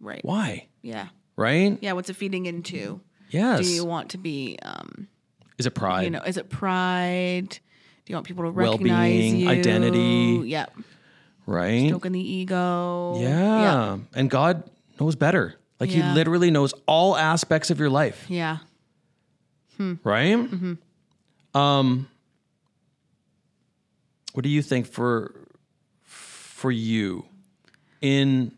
Right.
Why?
Yeah.
Right?
Yeah. What's it feeding into?
Yes.
Do you want to be? Um,
is it pride?
you know, is it pride? Do you want people to recognize
Well-being,
you?
identity.
Yep.
right?
Stroking the ego.
Yeah. And God knows better. Like
Yeah.
he literally knows all aspects of your life,
Yeah.
right? Um what do you think for for you in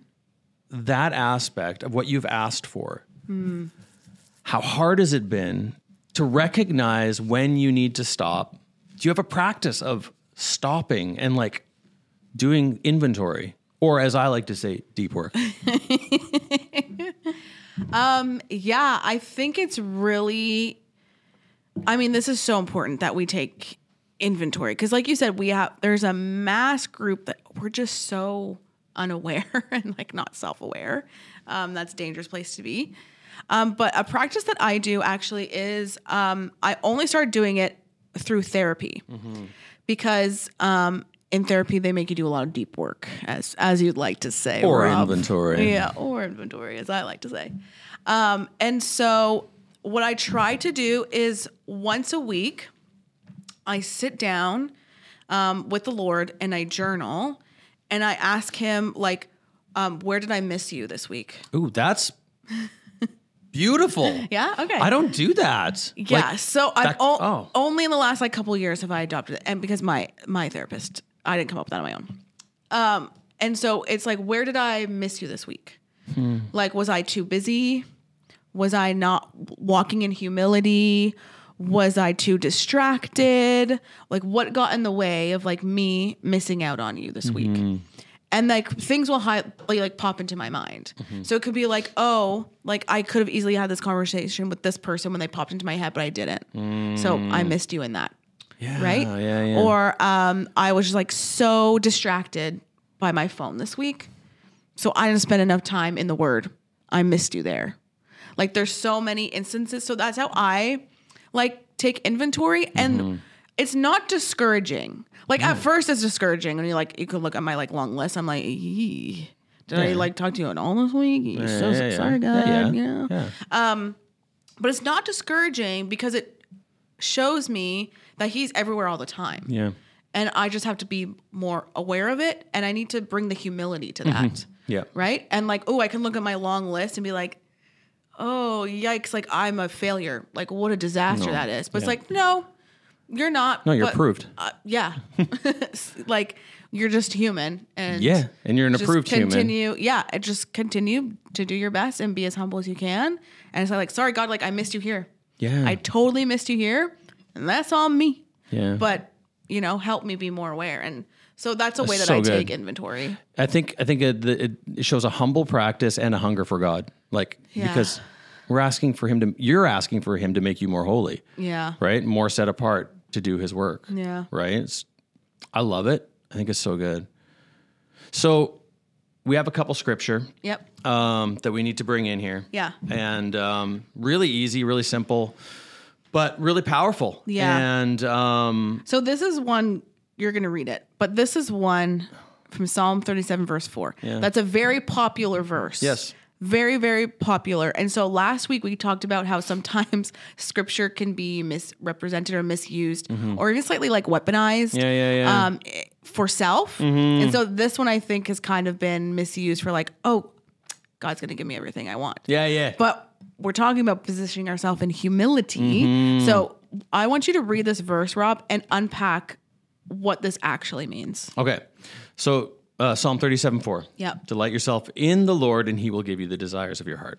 that aspect of what you've asked for? How hard has it been to recognize when you need to stop? Do you have a practice of stopping and like doing inventory or as I like to say deep work?
Yeah, I think it's really I mean, this is so important that we take inventory cuz like you said, we have there's a mass group that we're just so unaware and like not self-aware. Um that's a dangerous place to be. Um but a practice that I do actually is um I only started doing it through therapy. Because um in therapy they make you do a lot of deep work as as you'd like to say
Or
Rob.
inventory.
Yeah, or inventory, as I like to say. Um, and so, what I try to do is once a week, I sit down um, with the Lord and I journal and I ask Him, like, um, where did I miss you this week?
Ooh, that's beautiful.
Yeah, okay.
I don't do that.
Yeah.
Like,
so I've
that-
o-
oh.
only in the last like couple of years have I adopted it, and because my my therapist, I didn't come up with that on my own. Um, and so it's like, where did I miss you this week?
Hmm.
Like, was I too busy? Was I not walking in humility? Was I too distracted? Like, what got in the way of like me missing out on you this
Mm-hmm.
week? and like things will hi- like, like pop into my mind. So it could be like, oh, like I could have easily had this conversation with this person when they popped into my head, but I didn't. So I missed you in that,
yeah,
right?
Oh, Yeah, yeah.
Or um, I was just like so distracted by my phone this week, so I didn't spend enough time in the Word. I missed you there. Like there's so many instances. So that's how I like take inventory and.
Mm-hmm.
It's not discouraging. Like
Mm.
at first, it's discouraging, and you're like, you could look at my like long list. I'm like, "Yee, did I
Yeah.
like talk to you at all this week?
Yeah,
so
yeah, yeah.
sorry, God.
Yeah, yeah.
You know,
Yeah.
but it's not discouraging because it shows me that he's everywhere all the time.
Yeah.
And I just have to be more aware of it. And I need to bring the humility to that.
Yeah.
Right. And like, oh, I can look at my long list and be like, oh, yikes. Like, I'm a failure. Like, what a disaster
No.
that is. But
Yeah.
it's like, no, you're not.
No, you're
but,
approved.
Uh, yeah. like, you're just human. And
Yeah, and you're an
just
approved human.
continue, Yeah. and Just continue to do your best and be as humble as you can. And so, like, sorry, God, like, I missed you here.
Yeah.
I totally missed you here. And that's on me.
yeah.
But, you know, help me be more aware. And so that's a way that
so
I
good.
take inventory.
I think I think it, it it shows a humble practice and a hunger for God, like
Yeah.
because we're asking for Him to. You're asking for Him to make you more holy,
Yeah.
right? More set apart to do His work.
Yeah.
right. It's, I love it. I think it's so good. So we have a couple scripture
Yep.
um, that we need to bring in here.
Yeah.
and um, really easy, really simple, but really powerful.
Yeah.
and um,
So this is one you're going to read it, but this is one from Psalm 37 verse 4. That's a very popular verse.
Yes.
Very very popular. And so last week we talked about how sometimes scripture can be misrepresented or misused or even slightly like weaponized.
Mm-hmm. yeah, Mm-hmm. yeah, yeah.
Um for self. And so this one I think has kind of been misused for like, oh, God's going to give me everything I want.
yeah, yeah.
But we're talking about positioning ourselves in humility.
Mm-hmm.
So I want you to read this verse, Rob, and unpack what this actually means.
Okay. So uh, Psalm 37 4.
Yep.
Delight yourself in the Lord, and he will give you the desires of your heart.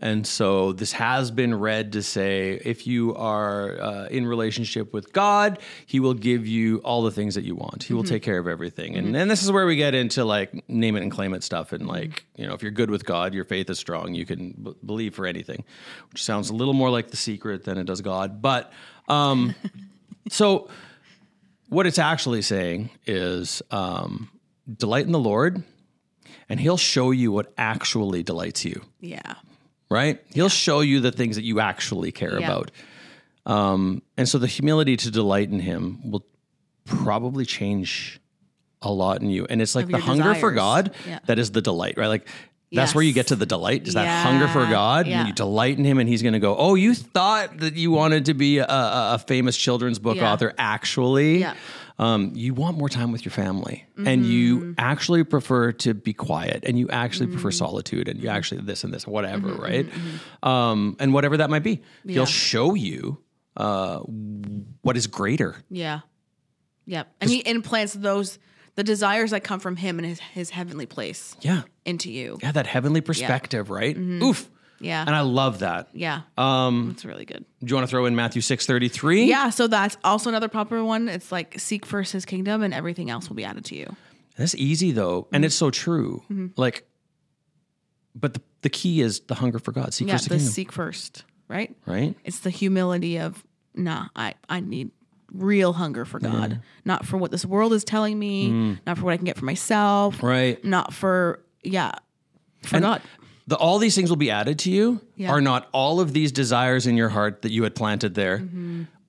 And so this has been read to say if you are uh, in relationship with God, he will give you all the things that you want. He will take care of everything. And, and this is where we get into like name it and claim it stuff. And like, you know, if you're good with God, your faith is strong, you can b- believe for anything, which sounds a little more like the secret than it does God. But um, so what it's actually saying is um, delight in the Lord, and He'll show you what actually delights you,
Yeah.
right? He'll show you the things that you actually care
Yeah.
about. Um, and so the humility to delight in Him will probably change a lot in you. And it's like
Of
the
your
hunger for
desires.
God
Yeah.
that is the delight, right? Like, that's where you
Yes.
get to the delight is that hunger for
Yeah,
God. and
yeah.
You delight in Him, and He's going to go, Oh, you thought that you wanted to be a, a, a famous children's book
Yeah.
author. Actually,
Yeah.
um, you want more time with your family and
Mm-hmm.
you actually prefer to be quiet and you actually prefer solitude and you
Mm-hmm.
actually this and this, whatever, right? Um, and whatever that might be,
Yeah.
he'll show you uh, what is greater.
Yeah. Yep. And he implants those the desires that come from him in his, his heavenly place
Yeah.
into you.
Yeah. That heavenly perspective, right?
Mm-hmm.
Oof.
Yeah.
And I love that.
yeah.
Um,
That's really good.
do you want to throw in Matthew 633?
Yeah, so that's also another popular one. It's like seek first his kingdom and everything else will be added to you.
That's easy though, and it's so
Mm-hmm.
true. Like, but the, the key is the hunger for God. Seek
Yeah,
first the
the
kingdom,
seek first, right?
right?
It's the humility of, nah, I, I need real hunger for God, not for what this world is telling me, not for what I can get for myself,
Mm. Right.
not for, yeah, for
And
God.
The, all these things will be added to you.
Yeah.
Are not all of these desires in your heart that you had planted there?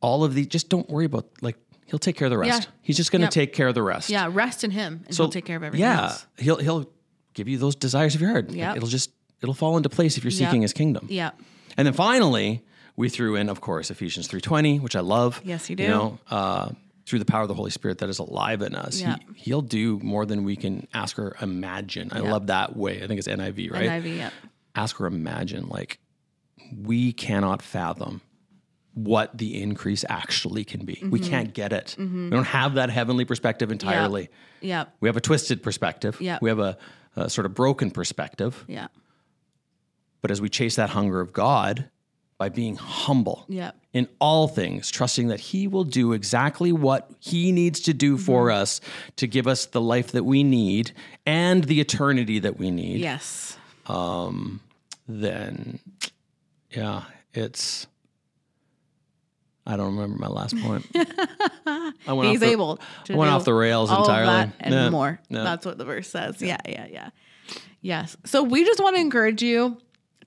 All of these, just don't worry about. Like he'll take care of the rest.
Mm-hmm. Yeah.
He's just going to
Yep.
take care of the rest.
Yeah, rest in Him and
So-
He'll take care of everything
Yeah,
else.
he'll he'll give you those desires of your heart. Like,
Yep.
it'll just it'll fall into place if you're
Yep.
seeking His kingdom.
Yeah.
And then finally, we threw in, of course, Ephesians three twenty, which I love.
Yes, you do.
You know, uh, through the power of the Holy Spirit that is alive in us,
Yeah.
he, will do more than we can ask or imagine. I love that way. I think it's NIV, right?
And Ivy, yeah.
ask or imagine. Like, we cannot fathom what the increase actually can be.
Mm-hmm.
We can't get it. We don't have that heavenly perspective entirely.
Yeah.
We have a twisted perspective.
Yeah.
We have a, a sort of broken perspective.
Yeah.
But as we chase that hunger of God by being humble
Yeah.
in all things, trusting that He will do exactly what He needs to do for
Mm-hmm.
us to give us the life that we need and the eternity that we need.
Yes.
Um, then yeah, it's I don't remember my last point. I went
He's
off the,
able to
I went
do
off the rails
all
entirely.
Of that and
Yeah,
more.
yeah.
That's what the verse says. Yeah. yeah, yeah, Yes. So we just want to encourage you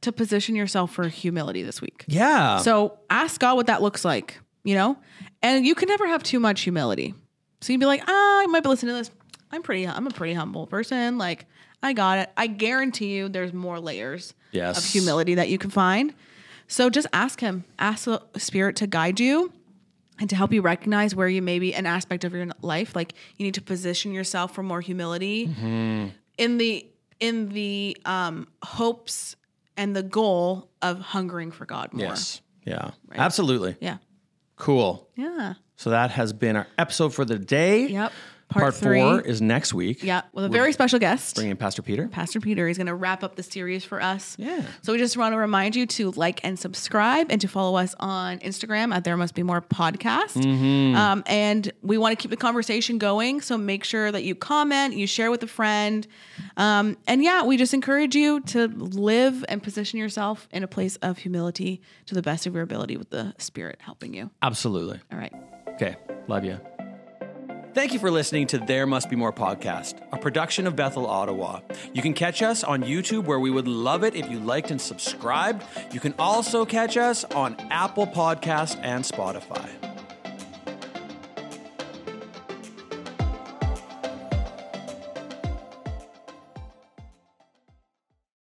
to position yourself for humility this week.
yeah.
So ask God what that looks like, you know? And you can never have too much humility. So you'd be like, ah, I might be listening to this. I'm pretty I'm a pretty humble person. Like, I got it. I guarantee you there's more layers
Yes.
of humility that you can find. So just ask him. Ask the spirit to guide you and to help you recognize where you maybe an aspect of your life like you need to position yourself for more humility
Mm-hmm.
in the in the um hopes and the goal of hungering for god more
Yes. Yeah. Absolutely.
yeah
Cool.
yeah
So that has been our episode for the day.
yep
Part,
three.
four is next week.
yeah with a very special guest
Bringing in Pastor Peter.
Pastor Peter is going to wrap up the series for us.
Yeah.
So we just want to remind you to like and subscribe and to follow us on Instagram at There Must Be More Podcast.
Mm-hmm.
Um, and we want to keep the conversation going. So make sure that you comment, you share with a friend. Um, and yeah, we just encourage you to live and position yourself in a place of humility to the best of your ability with the Spirit helping you.
Absolutely.
All right.
Okay. Love you. Thank you for listening to There Must Be More podcast, a production of Bethel, Ottawa. You can catch us on YouTube, where we would love it if you liked and subscribed. You can also catch us on Apple Podcasts and Spotify.